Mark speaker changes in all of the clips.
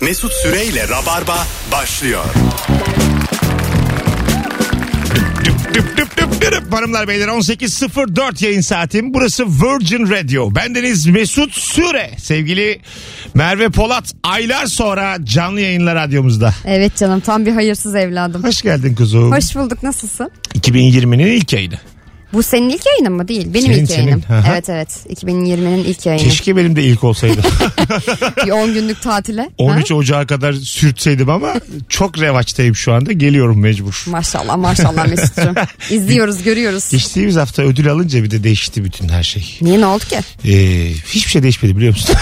Speaker 1: Mesut Süreyle Rabarba başlıyor.
Speaker 2: Düp düp düp düp dürüp. Hanımlar beyler 18.04 yayın saatim. Burası Virgin Radio. Bendeniz Mesut Süre. Sevgili Merve Polat aylar sonra canlı yayınla radyomuzda.
Speaker 3: Evet canım tam bir hayırsız evladım.
Speaker 2: Hoş geldin kuzum.
Speaker 3: Hoş bulduk nasılsın?
Speaker 2: 2020'nin ilk yayını.
Speaker 3: Bu senin ilk yayının mı değil? Benim
Speaker 2: Senin,
Speaker 3: ilk yayınım.
Speaker 2: senin. Aha.
Speaker 3: Evet evet 2020'nin ilk yayını.
Speaker 2: Keşke benim de ilk olsaydı.
Speaker 3: Bir 10 günlük tatile.
Speaker 2: 13
Speaker 3: Ha?
Speaker 2: Ocağı kadar sürtseydim ama çok revaçtayım şu anda. Geliyorum mecbur.
Speaker 3: Maşallah maşallah Mesut'cum. İzliyoruz görüyoruz.
Speaker 2: Geçtiğimiz hafta ödül alınca bir de değişti bütün her şey.
Speaker 3: Niye ne oldu ki?
Speaker 2: Ee, hiçbir şey değişmedi biliyor musun?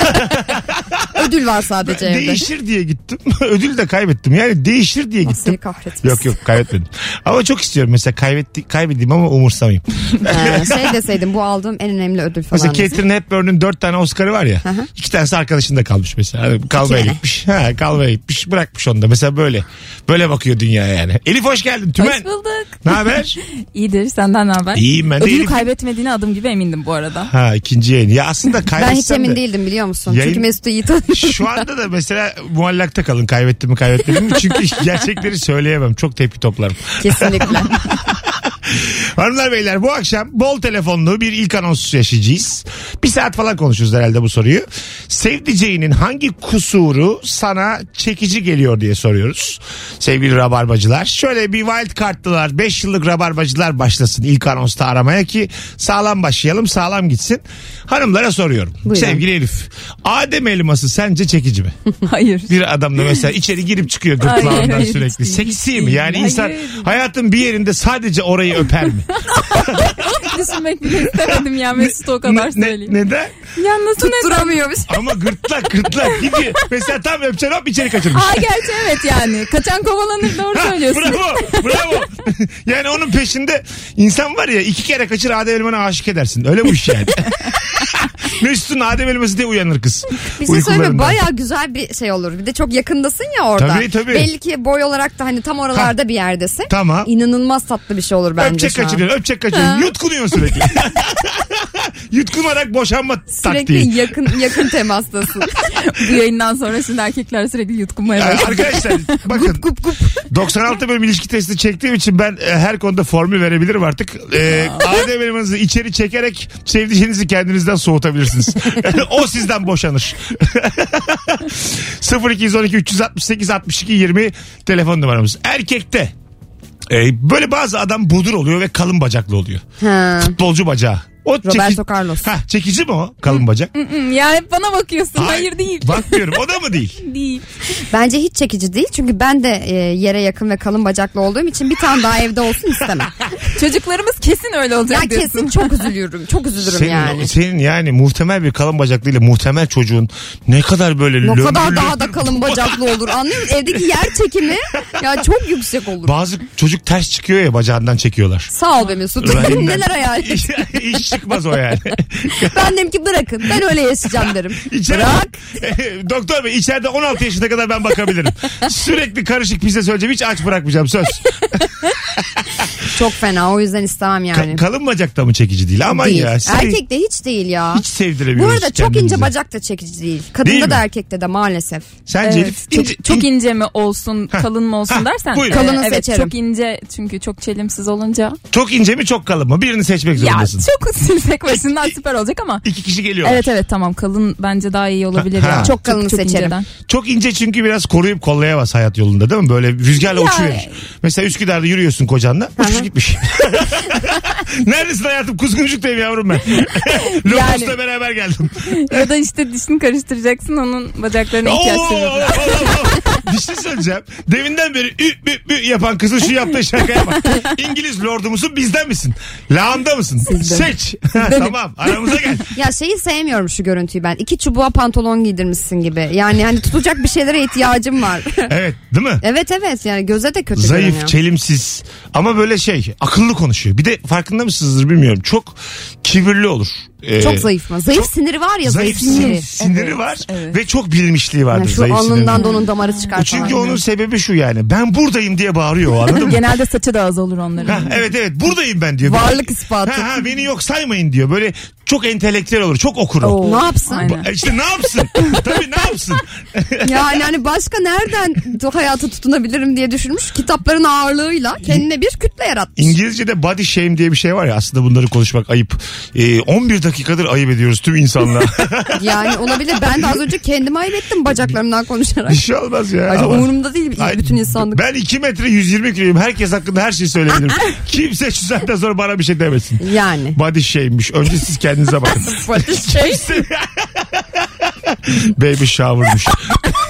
Speaker 3: Ödül var sadece evde.
Speaker 2: Değişir diye gittim. Ödül de kaybettim. Yani değişir diye
Speaker 3: Nasıl
Speaker 2: gittim.
Speaker 3: kahretmesin.
Speaker 2: Yok yok kaybetmedim. ama çok istiyorum mesela kaybetti, kaybedeyim ama umursamayım.
Speaker 3: Ee, şey deseydim bu aldığım en önemli ödül falan.
Speaker 2: mesela
Speaker 3: deseydim.
Speaker 2: Catherine Hepburn'un dört tane Oscar'ı var ya.
Speaker 3: hı.
Speaker 2: iki tanesi arkadaşında kalmış mesela. Hani kalmaya
Speaker 3: tane.
Speaker 2: gitmiş. Ha, kalmaya gitmiş bırakmış onu da. Mesela böyle. Böyle bakıyor dünya yani. Elif hoş geldin Tümen.
Speaker 4: Hoş bulduk.
Speaker 2: Ne haber?
Speaker 4: İyidir senden ne haber?
Speaker 2: İyiyim ben de
Speaker 4: Ödülü
Speaker 2: Elif.
Speaker 4: kaybetmediğine adım gibi emindim bu arada.
Speaker 2: Ha ikinci yayın. Ya aslında kaybetsem
Speaker 3: Ben hiç emin
Speaker 2: de-
Speaker 3: değildim biliyor musun?
Speaker 2: Yayın-
Speaker 3: Çünkü Mesut'u iyi tanıyorum.
Speaker 2: Şu anda da mesela muallakta kalın kaybettim mi kaybetmedim mi çünkü gerçekleri söyleyemem çok tepki toplarım.
Speaker 3: Kesinlikle.
Speaker 2: Hanımlar beyler bu akşam bol telefonlu bir ilk anons yaşayacağız. Bir saat falan konuşuruz herhalde bu soruyu. Sevdiceğinin hangi kusuru sana çekici geliyor diye soruyoruz. Sevgili rabarbacılar şöyle bir wild kartlılar 5 yıllık rabarbacılar başlasın ilk anonsta aramaya ki sağlam başlayalım sağlam gitsin. Hanımlara soruyorum.
Speaker 3: Buyurun.
Speaker 2: Sevgili Elif Adem elması sence çekici mi?
Speaker 4: Hayır.
Speaker 2: bir adamla mesela içeri girip çıkıyor
Speaker 4: Ay,
Speaker 2: gırtlağından
Speaker 4: hayır, hiç
Speaker 2: sürekli.
Speaker 4: değil,
Speaker 2: Seksi
Speaker 4: hiç
Speaker 2: mi?
Speaker 4: değil.
Speaker 2: Yani insan
Speaker 4: Hayır.
Speaker 2: hayatın bir yerinde sadece orayı öper mi?
Speaker 4: Düşünmek bile istemedim ya Mesut o kadar
Speaker 2: Ne- ne-
Speaker 4: söyleyeyim.
Speaker 2: neden?
Speaker 4: Ya nasıl ne?
Speaker 3: Duramıyormuş.
Speaker 2: Ama gırtlak gırtlak gidiyor. Mesela tam öpeceksin hop içeri kaçırmış.
Speaker 4: Aa gerçi evet yani. Kaçan kovalanır doğru
Speaker 2: Ha,
Speaker 4: söylüyorsun.
Speaker 2: bravo bravo. yani onun peşinde insan var ya iki kere kaçır Adem Elman'a aşık edersin. Öyle bu iş yani. Mesut'un Adem Elması diye uyanır kız.
Speaker 3: Bir şey söyleyeyim mi?
Speaker 2: Uykularından.
Speaker 3: Baya güzel bir şey olur. Bir de çok yakındasın ya orada.
Speaker 2: Tabii, tabii.
Speaker 3: Belli ki boy olarak da hani tam oralarda bir yerdesin.
Speaker 2: Tamam.
Speaker 3: İnanılmaz tatlı bir şey olur bence
Speaker 2: Öpecek
Speaker 3: şu an.
Speaker 2: kaçırıyor, öpecek kaçırıyor. Yutkunuyor sürekli. Yutkunarak boşanma taktiği.
Speaker 3: Sürekli yakın yakın temastasın.
Speaker 4: bu yayından sonra şimdi erkekler sürekli yutkunmaya
Speaker 2: Yani
Speaker 4: başladı.
Speaker 2: Ee, arkadaşlar bakın 96 bölüm ilişki testi çektiğim için ben e, her konuda formül verebilirim artık. E, Adem elmanızı içeri çekerek sevdiceğinizi kendinizden soğutabilirsiniz. o sizden boşanır. 0212 368 62 20 telefon numaramız. Erkekte e, böyle bazı adam budur oluyor ve kalın bacaklı oluyor.
Speaker 3: Ha.
Speaker 2: Futbolcu bacağı. O
Speaker 3: Roberto Carlos.
Speaker 2: Heh, çekici mi o kalın bacak?
Speaker 4: Hı, ya hep bana bakıyorsun. Hayır değil.
Speaker 2: Bakmıyorum o da mı değil?
Speaker 4: Değil.
Speaker 3: Bence hiç çekici değil çünkü ben de e, yere yakın ve kalın bacaklı olduğum için bir tane daha evde olsun istemem.
Speaker 4: Çocuklarımız kesin öyle
Speaker 3: ya
Speaker 4: olacak diyorsun.
Speaker 3: kesin çok üzülüyorum. Çok üzülürüm
Speaker 2: Senin,
Speaker 3: yani.
Speaker 2: senin yani muhtemel bir kalın bacaklıyla muhtemel çocuğun ne kadar böyle
Speaker 3: Ne
Speaker 2: lömbür
Speaker 3: kadar daha
Speaker 2: lömbür-
Speaker 3: da kalın bacaklı olur anlıyor musun? Evdeki yer çekimi ya çok yüksek olur.
Speaker 2: Bazı çocuk ters çıkıyor ya bacağından çekiyorlar.
Speaker 3: Sağ ol be Mesut.
Speaker 2: Rahimden.
Speaker 3: Neler hayal
Speaker 2: Hiç, hiç çıkmaz o yani.
Speaker 3: Ben dedim ki bırakın ben öyle yaşayacağım derim.
Speaker 2: İçeri-
Speaker 3: Bırak.
Speaker 2: Doktor bey içeride 16 yaşına kadar ben bakabilirim. Sürekli karışık pizza söyleyeceğim hiç aç bırakmayacağım söz.
Speaker 3: Çok fena o yüzden istemem
Speaker 2: Ka-
Speaker 3: yani.
Speaker 2: kalın bacak da mı çekici değil? Aman
Speaker 3: değil.
Speaker 2: ya. seni
Speaker 3: Erkek de hiç değil ya.
Speaker 2: Hiç
Speaker 3: Bu
Speaker 2: sevdiremiyoruz
Speaker 3: arada çok
Speaker 2: kendimize.
Speaker 3: ince bacak da çekici değil. Kadında
Speaker 2: Değil mi?
Speaker 3: da erkekte de maalesef.
Speaker 2: Sence
Speaker 3: Ee,
Speaker 4: Evet,
Speaker 2: Elif,
Speaker 4: çok,
Speaker 2: ince-
Speaker 4: çok
Speaker 2: in-
Speaker 4: ince mi olsun, kalın mı olsun
Speaker 2: Ha,
Speaker 4: dersen.
Speaker 2: buyur.
Speaker 4: e,
Speaker 3: Kalını
Speaker 4: evet,
Speaker 3: seçerim.
Speaker 4: Çok ince çünkü çok çelimsiz olunca.
Speaker 2: çok ince mi çok kalın mı? Birini seçmek
Speaker 4: Ya
Speaker 2: zorundasın.
Speaker 4: çok silsek başından süper olacak ama.
Speaker 2: İki kişi geliyor.
Speaker 4: Evet evet tamam kalın bence daha iyi olabilir.
Speaker 2: Ha,
Speaker 4: ya.
Speaker 2: ha.
Speaker 3: Çok kalını seçerim.
Speaker 4: inceden.
Speaker 2: Çok ince çünkü biraz koruyup kollayamaz hayat yolunda değil mi? Böyle rüzgarla
Speaker 4: Ya-
Speaker 2: uçuyor. Mesela Üsküdar'da yürüyorsun kocanla. Uçmuş gitmiş. Neredesin hayatım? Kuzguncuk'tayım yavrum ben. Lopus'la
Speaker 4: Yani-
Speaker 2: beraber geldim.
Speaker 4: Ya da işte dişini karıştıracaksın onun bacaklarına
Speaker 2: Oo,
Speaker 4: ihtiyaç
Speaker 2: oo, oo,
Speaker 4: duyuyor.
Speaker 2: oo. Bir şey söyleyeceğim. Deminden beri ü, bü, bü yapan kızın şu yaptığı şakaya bak. İngiliz lordu musun bizden misin? Lağımda mısın? Seç. tamam aramıza gel.
Speaker 3: Ya şeyi sevmiyorum şu görüntüyü ben. İki çubuğa pantolon giydirmişsin gibi. Yani hani tutacak bir şeylere ihtiyacım var.
Speaker 2: Evet değil mi?
Speaker 3: evet evet yani göze de kötü
Speaker 2: Zayıf, şey.
Speaker 3: görünüyor.
Speaker 2: çelimsiz ama böyle şey akıllı konuşuyor. Bir de farkında mısınızdır bilmiyorum. Çok kibirli olur. Ee,
Speaker 3: çok zayıf mı? Zayıf
Speaker 2: çok-
Speaker 3: siniri var ya
Speaker 2: Zayıf
Speaker 3: zayıf,
Speaker 2: siniri,
Speaker 3: siniri.
Speaker 2: siniri
Speaker 4: Evet,
Speaker 2: var
Speaker 4: evet.
Speaker 2: ve çok bilmişliği vardır
Speaker 3: Yani şu
Speaker 2: zayıf
Speaker 3: alnından
Speaker 2: sinirinin.
Speaker 3: da onun damarı çıkar
Speaker 2: Çünkü
Speaker 3: falan.
Speaker 2: onun sebebi şu yani ben buradayım diye bağırıyor o, anladın mı?
Speaker 4: Genelde saçı da az olur onların.
Speaker 2: Ha, evet evet buradayım ben diyor.
Speaker 3: Varlık ispatı.
Speaker 2: Ha, ha, beni yok saymayın diyor. Böyle çok entelektüel olur. Çok okur o.
Speaker 3: Ne yapsın?
Speaker 4: Aynen.
Speaker 2: E İşte ne yapsın? Tabii ne yapsın?
Speaker 3: Yani hani başka nereden hayata tutunabilirim diye düşünmüş. Kitapların ağırlığıyla kendine bir kütle yaratmış.
Speaker 2: İngilizce'de body shame diye bir şey var ya aslında bunları konuşmak ayıp. Ee, 11 dakikadır ayıp ediyoruz tüm insanlığa.
Speaker 3: Yani olabilir. Ben de az önce kendimi ayıp ettim bacaklarımdan konuşarak.
Speaker 2: bir şey olmaz ya.
Speaker 3: Acaba
Speaker 2: Ama-
Speaker 3: umurumda değil
Speaker 2: Ay,
Speaker 3: bütün insanlık.
Speaker 2: Ben 2 metre 120 kiloyum. Herkes hakkında her şeyi söyleyebilirim. Kimse şu saatten sonra bana bir şey demesin.
Speaker 3: Yani.
Speaker 2: Body shame'miş. Önce siz kendinize bakın.
Speaker 4: şey
Speaker 2: Baby shower'mış.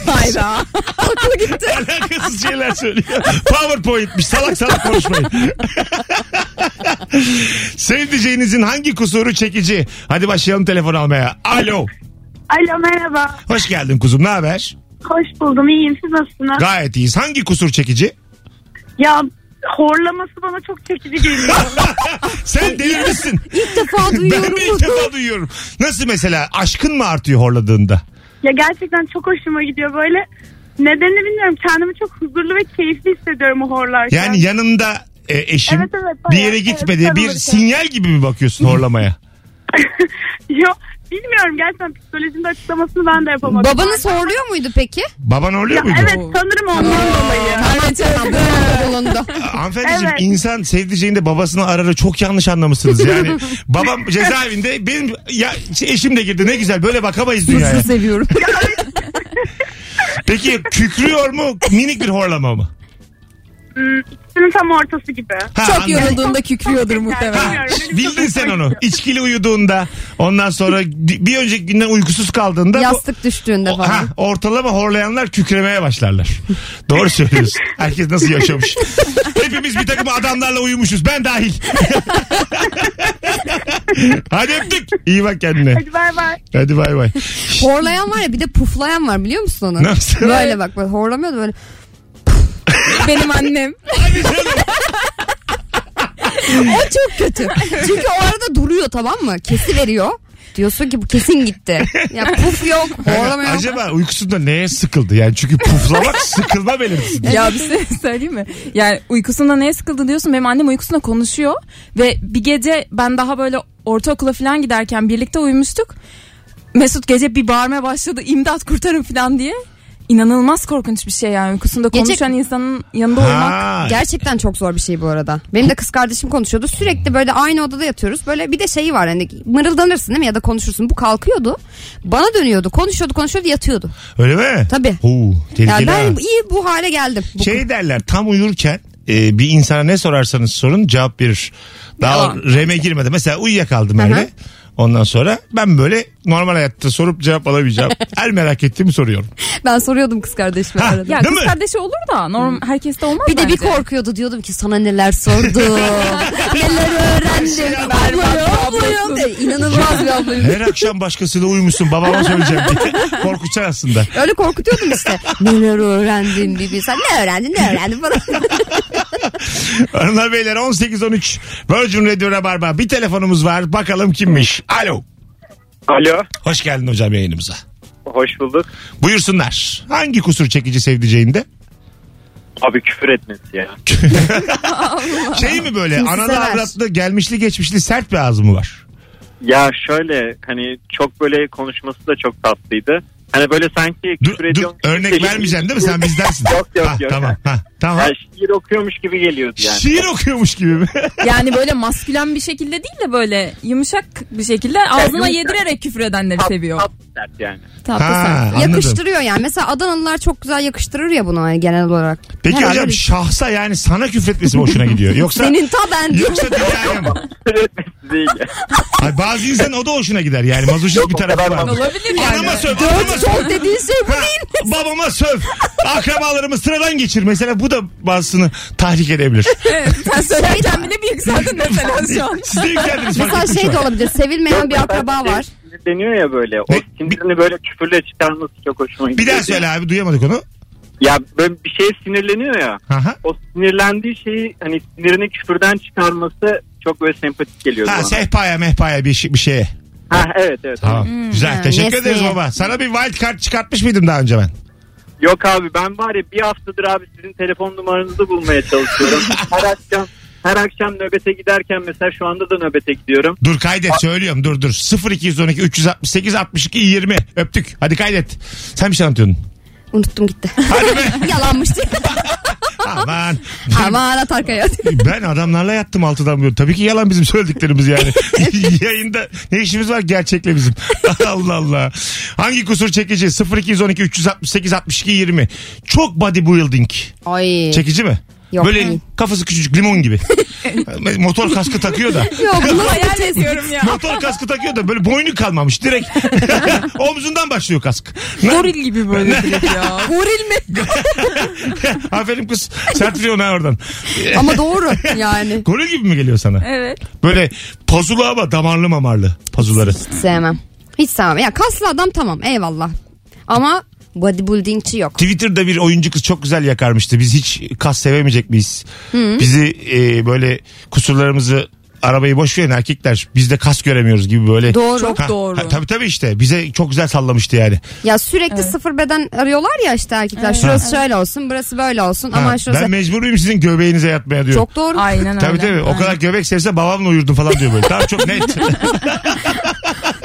Speaker 4: hayra.
Speaker 3: Aklı gitti.
Speaker 2: Alakasız şeyler söylüyor. PowerPoint'miş. Salak salak konuşmayın. Sevdiceğinizin hangi kusuru çekici? Hadi başlayalım telefon almaya. Alo.
Speaker 5: Alo merhaba.
Speaker 2: Hoş geldin kuzum. Ne haber?
Speaker 5: Hoş buldum. İyiyim. Siz nasılsınız?
Speaker 2: Gayet iyiyiz. Hangi kusur çekici?
Speaker 5: ya horlaması bana çok çekici geliyor.
Speaker 2: Sen delirmişsin.
Speaker 3: İlk defa
Speaker 2: ben de ilk
Speaker 3: duyuyorum.
Speaker 2: defa duyuyorum. Nasıl mesela aşkın mı artıyor horladığında?
Speaker 5: ya gerçekten çok hoşuma gidiyor böyle. Nedenini bilmiyorum. Kendimi çok huzurlu ve keyifli hissediyorum o horlarken.
Speaker 2: Yani yanında e, eşim
Speaker 5: Evet, evet,
Speaker 2: bir
Speaker 5: bayağı.
Speaker 2: yere
Speaker 5: Evet,
Speaker 2: gitmedi. bir
Speaker 5: sarılırken.
Speaker 2: sinyal gibi mi bakıyorsun horlamaya?
Speaker 5: Yo, bilmiyorum gerçekten psikolojinin açıklamasını ben de yapamadım.
Speaker 3: Babanız horluyor muydu peki?
Speaker 2: Baban horluyor
Speaker 5: Ya,
Speaker 2: muydu?
Speaker 5: evet sanırım ondan dolayı.
Speaker 3: Yolunda.
Speaker 2: Hanımefendiciğim
Speaker 5: Evet.
Speaker 2: insan sevdiceğinde babasını ararı çok yanlış anlamışsınız. Yani babam cezaevinde benim ya, şey, eşim de girdi ne güzel böyle bakamayız dünyaya.
Speaker 3: seviyorum.
Speaker 2: Peki kükrüyor mu minik bir horlama mı?
Speaker 5: Hmm, ikisinin tam ortası gibi.
Speaker 2: Ha,
Speaker 4: Çok
Speaker 2: anladım.
Speaker 4: yorulduğunda kükrüyordur
Speaker 5: muhtemelen.
Speaker 4: muhtemelen.
Speaker 2: Ha, bildin sen onu. İçkili uyuduğunda ondan sonra bir önceki günden uykusuz kaldığında bu-
Speaker 3: Yastık düştüğünde
Speaker 2: O- ha,
Speaker 3: falan.
Speaker 2: ortalama horlayanlar kükremeye başlarlar. Doğru söylüyorsun. Herkes nasıl yaşamış. Hepimiz bir takım adamlarla uyumuşuz. Ben dahil. Hadi öptük. İyi bak kendine.
Speaker 5: Hadi bay bay.
Speaker 2: Hadi bay bay.
Speaker 3: Horlayan var ya bir de puflayan var biliyor musun onu?
Speaker 2: Nasıl?
Speaker 3: Böyle bak böyle horlamıyor da böyle.
Speaker 4: Benim annem.
Speaker 2: Hadi canım.
Speaker 3: O çok kötü. Çünkü o arada duruyor tamam mı? Kesi veriyor. Diyorsun ki bu kesin gitti. Ya puf yok, horlama yok.
Speaker 2: Acaba uykusunda neye sıkıldı? Yani çünkü puflamak sıkılma belirtisi.
Speaker 4: ya bir şey söyleyeyim mi? Yani uykusunda neye sıkıldı diyorsun. Benim annem uykusunda konuşuyor. Ve bir gece ben daha böyle ortaokula falan giderken birlikte uyumuştuk. Mesut gece bir bağırmaya başladı. İmdat kurtarın falan diye. İnanılmaz korkunç bir şey yani. Uykusunda
Speaker 3: Gece-
Speaker 4: konuşan insanın yanında olmak.
Speaker 2: Ha.
Speaker 3: Gerçekten çok zor bir şey bu arada. Benim de kız kardeşim konuşuyordu. Sürekli böyle aynı odada yatıyoruz. Böyle bir de şeyi var hani mırıldanırsın değil mi ya da konuşursun. Bu kalkıyordu. Bana dönüyordu. Konuşuyordu konuşuyordu yatıyordu.
Speaker 2: Öyle mi?
Speaker 3: Tabii.
Speaker 2: Huu,
Speaker 3: Ya
Speaker 2: tehlikeli
Speaker 3: ben
Speaker 2: ha.
Speaker 3: iyi bu hale geldim. Bu-
Speaker 2: Şey derler tam uyurken e, bir insana ne sorarsanız sorun cevap verir. Daha
Speaker 3: Yalan.
Speaker 2: reme girmedi. Mesela uyuyakaldım
Speaker 3: Hı hı.
Speaker 2: öyle. Ondan sonra ben böyle normal hayatta sorup cevap alamayacağım. Her merak ettiğimi soruyorum.
Speaker 3: Ben soruyordum kız kardeşime
Speaker 2: Ha,
Speaker 3: arada.
Speaker 4: Ya
Speaker 2: Değil
Speaker 4: kız
Speaker 2: mi?
Speaker 4: kardeşi olur da norm herkeste olmaz
Speaker 3: Bir de bir
Speaker 4: bence.
Speaker 3: korkuyordu diyordum ki sana neler sordu. neler öğrendim. Ablayım ablayım diye. İnanılmaz bir ablayım.
Speaker 2: Her akşam başkasıyla uyumuşsun babama söyleyeceğim diye. Korkutacaksın aslında.
Speaker 3: Öyle korkutuyordum işte. Neler öğrendin bibi. Sen ne öğrendin ne öğrendin falan.
Speaker 2: Hanımlar beyler 18-13 Virgin Radio Rabarba bir telefonumuz var. Bakalım kimmiş? Alo.
Speaker 6: Alo.
Speaker 2: Hoş geldin hocam yayınımıza.
Speaker 6: Hoş bulduk.
Speaker 2: Buyursunlar. Hangi kusur çekici sevdiceğinde?
Speaker 6: Abi küfür etmesi ya.
Speaker 2: Şey mi böyle
Speaker 3: Kimse
Speaker 2: analı
Speaker 3: sever.
Speaker 2: avratlı gelmişli geçmişli sert bir ağzı mı var?
Speaker 6: Ya şöyle hani çok böyle konuşması da çok tatlıydı. Hani böyle sanki
Speaker 2: Dur, dur
Speaker 6: küfür ediyormuş.
Speaker 2: örnek
Speaker 6: gibi-
Speaker 2: vermeyeceksin değil mi? Sen bizdensin.
Speaker 6: Yok, yok,
Speaker 2: Ha,
Speaker 6: yok.
Speaker 2: Tamam. Ha, tamam.
Speaker 6: Ya şiir okuyormuş gibi geliyordu yani.
Speaker 2: Şiir okuyormuş gibi mi?
Speaker 4: Yani böyle maskülen bir şekilde değil de böyle yumuşak bir şekilde ağzına
Speaker 6: yumuşak.
Speaker 4: yedirerek küfür edenleri
Speaker 6: Tat-
Speaker 4: seviyor.
Speaker 6: tatlı sert yani.
Speaker 4: Tatlı sen.
Speaker 2: ha, anladım.
Speaker 3: Yakıştırıyor yani. Mesela Adanalılar çok güzel yakıştırır ya bunu hani genel olarak.
Speaker 2: Peki
Speaker 3: Herhalde
Speaker 2: hocam
Speaker 3: bir-
Speaker 2: şahsa yani sana küfretmesi mi hoşuna gidiyor? Yoksa
Speaker 3: Senin ta ben.
Speaker 2: yoksa dünyaya mı?
Speaker 6: Küfür etmesi değil.
Speaker 2: Hayır, bazı insan o da hoşuna gider yani. Mazoşist bir
Speaker 6: o
Speaker 2: tarafı
Speaker 6: kadar
Speaker 2: var.
Speaker 6: mazoşist.
Speaker 4: Olabilir yani.
Speaker 2: Anama söv, anama söv.
Speaker 3: Çok dediğin şey bu
Speaker 2: Ha,
Speaker 3: değil.
Speaker 2: babama söv. Akrabalarımı sıradan geçir. Mesela bu da bazısını tahrik edebilir.
Speaker 4: Evet, sen söylerken bile bir yükseldin mesela şu an.
Speaker 2: Siz de yükseldiniz fark
Speaker 3: Mesela
Speaker 2: ettiniz
Speaker 3: şey
Speaker 2: mi?
Speaker 3: de olabilir. Sevilmeyen bir akraba var.
Speaker 6: Deniyor ya böyle. O
Speaker 2: Ne?
Speaker 6: sinirini böyle küfürle çıkarması çok hoşuma
Speaker 2: Bir
Speaker 6: gidiyor.
Speaker 2: daha söyle abi duyamadık onu.
Speaker 6: Ya böyle bir şeye sinirleniyor ya.
Speaker 2: Aha.
Speaker 6: O sinirlendiği şeyi hani sinirini küfürden çıkarması çok böyle sempatik geliyordu
Speaker 2: Ha
Speaker 6: bana.
Speaker 2: sehpaya mehpaya bir, şey- bir şeye.
Speaker 6: Ha, evet evet.
Speaker 2: Tamam. Güzel.
Speaker 3: Hmm. ha,
Speaker 2: Teşekkür
Speaker 3: nesneye.
Speaker 2: ederiz baba. Sana bir wild card çıkartmış mıydım daha önce ben?
Speaker 6: Yok abi ben var ya bir haftadır abi sizin telefon numaranızı bulmaya çalışıyorum. Her akşam her akşam nöbete giderken mesela şu anda da nöbete gidiyorum.
Speaker 2: Dur kaydet söylüyorum dur dur 0212 368 62 20 öptük hadi kaydet sen bir şey anlatıyordun
Speaker 3: Unuttum gitti.
Speaker 2: hadi be
Speaker 3: Yalanmış diye.
Speaker 2: aman
Speaker 3: Aman at arkaya.
Speaker 2: ben adamlarla yattım altıdan beri tabii ki yalan bizim söylediklerimiz yani yayında ne işimiz var gerçekle bizim Allah Allah hangi kusur çekici 0212 368 62 20 çok bodybuilding
Speaker 3: Ay.
Speaker 2: çekici mi?
Speaker 3: Yok.
Speaker 2: Böyle
Speaker 3: Hayır.
Speaker 2: kafası küçücük limon gibi. Motor kaskı takıyor da.
Speaker 3: Yok bunu
Speaker 4: Hayal ediyorum ya.
Speaker 2: Motor kaskı takıyor da böyle boynu kalmamış direkt. Omzundan başlıyor kask. Ne-
Speaker 4: Goril gibi böyle direkt ya.
Speaker 3: Goril mi?
Speaker 2: Aferin kız. Sertliyor ne oradan.
Speaker 3: Ama doğru yani.
Speaker 2: Goril gibi mi geliyor sana?
Speaker 4: Evet.
Speaker 2: Böyle pazulu ama damarlı mamarlı pazuları.
Speaker 3: Hiç sevmem. Hiç sevmem. Ya kaslı adam tamam eyvallah. Ama bodybuildingçi yok.
Speaker 2: Twitter'da bir oyuncu kız çok güzel yakarmıştı. Biz hiç kas sevemeyecek miyiz? Bizi e, böyle kusurlarımızı arabayı boş verin erkekler. Biz de kas göremiyoruz gibi böyle.
Speaker 3: Doğru.
Speaker 4: Çok doğru.
Speaker 2: tabii tabii işte. Bize çok güzel sallamıştı yani.
Speaker 3: Ya sürekli sıfır beden arıyorlar ya işte erkekler. Şurası şöyle olsun, burası böyle olsun.
Speaker 2: Ha,
Speaker 3: Aman şurası.
Speaker 2: ben mecbur muyum sizin göbeğinize yatmaya diyor.
Speaker 3: Çok doğru.
Speaker 4: Aynen öyle.
Speaker 2: Tabii tabii. O kadar göbek sevse babamla uyurdum falan diyor böyle. Tamam çok net.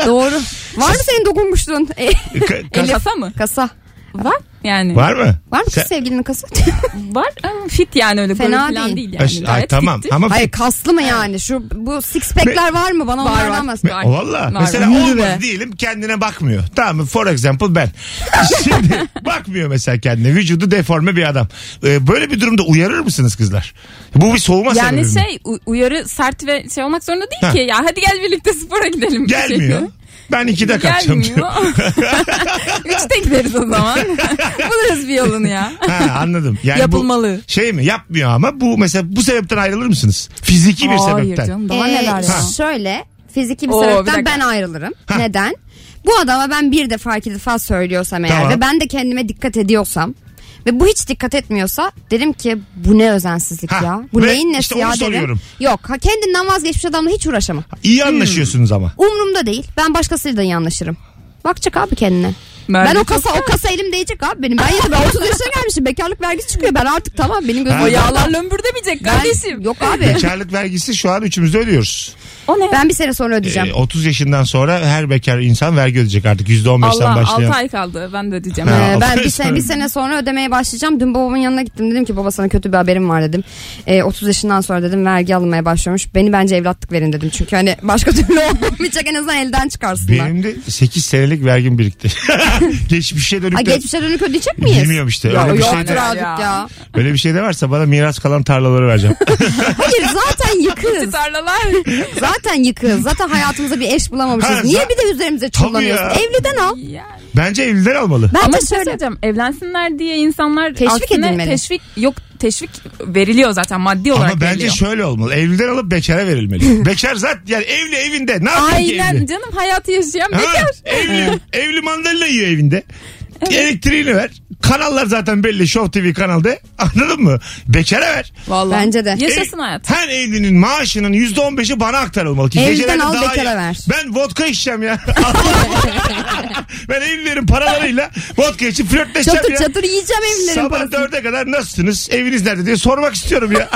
Speaker 3: Doğru. Var mı senin dokunmuşluğun? E,
Speaker 2: Ka- kas-
Speaker 4: Aynen. Kafa mı?
Speaker 3: kasa.
Speaker 4: Var yani.
Speaker 2: Var mı?
Speaker 3: Var mı kız
Speaker 2: Sen-
Speaker 3: sevgilinin kası?
Speaker 4: Var ama fit yani öyle
Speaker 3: Fena
Speaker 4: Fena goril falan
Speaker 3: değil.
Speaker 4: değil. yani.
Speaker 2: Ay,
Speaker 4: Gayet
Speaker 2: tamam
Speaker 4: fittir.
Speaker 2: ama
Speaker 3: Hayır kaslı mı yani? Şu bu six pack'ler var mı? Bana
Speaker 4: Var, var.
Speaker 3: onlardan bahsediyor.
Speaker 4: Var.
Speaker 2: O Valla.
Speaker 4: Var.
Speaker 2: Mesela
Speaker 4: Yürü
Speaker 2: olmadı
Speaker 4: be.
Speaker 2: diyelim kendine bakmıyor. Tamam mı? For example ben. Şimdi bakmıyor mesela kendine. Vücudu deforme bir adam. Ee, böyle bir durumda uyarır mısınız kızlar? Bu bir soğuma sebebi
Speaker 4: Yani
Speaker 2: mi?
Speaker 4: şey u- uyarı sert ve şey olmak zorunda değil
Speaker 2: Ha.
Speaker 4: ki. Ya hadi gel birlikte spora gidelim.
Speaker 2: Gelmiyor.
Speaker 4: Şeklinde.
Speaker 2: Ben ikide kalkacağım diyor.
Speaker 4: Gelmiyor. Üçte gideriz o zaman. Buluruz bir yolunu ya.
Speaker 2: Ha, anladım. Yani bu
Speaker 4: Yapılmalı.
Speaker 2: şey mi? Yapmıyor ama bu mesela bu sebepten ayrılır mısınız? Fiziki bir sebepten.
Speaker 4: Hayır canım daha
Speaker 3: Ee,
Speaker 4: neler ya.
Speaker 3: Şöyle fiziki bir
Speaker 4: Oo, bir
Speaker 3: sebepten
Speaker 4: dakika.
Speaker 3: ben ayrılırım.
Speaker 2: Ha.
Speaker 3: Neden? Bu adama ben bir defa iki defa söylüyorsam eğer
Speaker 2: Tamam.
Speaker 3: ve ben de kendime dikkat ediyorsam ve bu hiç dikkat etmiyorsa derim ki bu ne özensizlik
Speaker 2: Ha,
Speaker 3: ya. Bu
Speaker 2: ve
Speaker 3: neyin nesi
Speaker 2: işte onu
Speaker 3: ya derim.
Speaker 2: soruyorum.
Speaker 3: Yok ha, kendinden vazgeçmiş adamla hiç uğraşamam.
Speaker 2: İyi anlaşıyorsunuz ama.
Speaker 3: Umrumda değil ben başkasıyla da iyi anlaşırım. Bakacak abi kendine.
Speaker 4: Merve
Speaker 3: ben o
Speaker 4: çok-
Speaker 3: kasa o kasa elim değecek abi benim. Ben yedim ben 30 yaşına gelmişim. Bekarlık vergisi çıkıyor. Ben artık tamam benim gözüm
Speaker 2: Ha,
Speaker 4: O yağlar lömbür demeyecek
Speaker 3: Ben-
Speaker 4: kardeşim.
Speaker 3: Yok abi.
Speaker 2: Bekarlık vergisi şu an üçümüz de ödüyoruz.
Speaker 4: O ne?
Speaker 3: Ben bir sene sonra ödeyeceğim.
Speaker 2: Ee, 30 yaşından sonra her bekar insan vergi ödeyecek artık %15'ten
Speaker 4: Allah 6
Speaker 2: başlayan.
Speaker 4: ay kaldı. Ben de ödeyeceğim.
Speaker 2: Ha.
Speaker 3: Ee, ben
Speaker 2: aferin
Speaker 3: bir sene,
Speaker 2: sana.
Speaker 3: bir sene sonra ödemeye başlayacağım. Dün babamın yanına gittim. Dedim ki baba sana kötü bir haberim var dedim. Ee, 30 yaşından sonra dedim vergi alınmaya başlıyormuş. Beni bence evlatlık verin dedim. Çünkü hani başka türlü olmayacak en azından elden çıkarsınlar.
Speaker 2: Benim de 8 senelik vergim birikti. Geçmişe dönüp
Speaker 3: Ay
Speaker 2: de
Speaker 3: geçmişe dönük ödeyecek miyiz?
Speaker 2: Bilmiyorum işte,
Speaker 3: Ya,
Speaker 2: öyle bir
Speaker 3: yok
Speaker 2: şey de-
Speaker 3: artık ya.
Speaker 2: öyle bir şey de varsa bana miras kalan tarlaları vereceğim.
Speaker 3: Hayır zaten yıkız.
Speaker 4: Tarlalar.
Speaker 3: zaten yıkız. Zaten hayatımıza bir eş bulamamışız.
Speaker 2: Ha,
Speaker 3: Niye
Speaker 2: za-
Speaker 3: bir de üzerimize
Speaker 2: Tabii
Speaker 3: çullanıyorsun?
Speaker 2: ya.
Speaker 3: Evliden al.
Speaker 4: Yani.
Speaker 2: Bence evliler almalı.
Speaker 4: Ama
Speaker 3: Bence
Speaker 4: bir şey
Speaker 3: şöyle.
Speaker 4: söyleyeceğim. Evlensinler diye insanlar
Speaker 3: Teşvik
Speaker 4: aksine
Speaker 3: edilmeli.
Speaker 4: Teşvik yok teşvik veriliyor zaten maddi olarak
Speaker 2: Ama bence
Speaker 4: veriliyor.
Speaker 2: şöyle olmalı. Evliler alıp bekara verilmeli. Bekar zaten yani evli evinde. Ne yapıyor ki
Speaker 4: Aynen
Speaker 2: evli?
Speaker 4: canım hayatı yaşayan
Speaker 2: Ha,
Speaker 4: bekar.
Speaker 2: evli, evli mandalina yiyor evinde. Elektriğini ver. Kanallar zaten belli. Show TV kanalda. Anladın mı? Bekara ver.
Speaker 4: Vallahi.
Speaker 3: Bence de.
Speaker 4: Yaşasın
Speaker 2: Ev-
Speaker 4: hayat.
Speaker 2: Her E, evlinin maaşının %15'i bana aktarılmalı ki.
Speaker 3: Evden
Speaker 2: Geceleri
Speaker 3: al,
Speaker 2: daha
Speaker 3: bekara
Speaker 2: iyi-
Speaker 3: ver.
Speaker 2: Ben vodka içeceğim ya. ben evlilerin paralarıyla vodka içip flörtleşeceğim
Speaker 3: Çatır
Speaker 2: ya.
Speaker 3: çatır yiyeceğim evlerin
Speaker 2: Sabah
Speaker 3: parasını.
Speaker 2: dörde kadar nasılsınız? Eviniz nerede diye sormak istiyorum ya.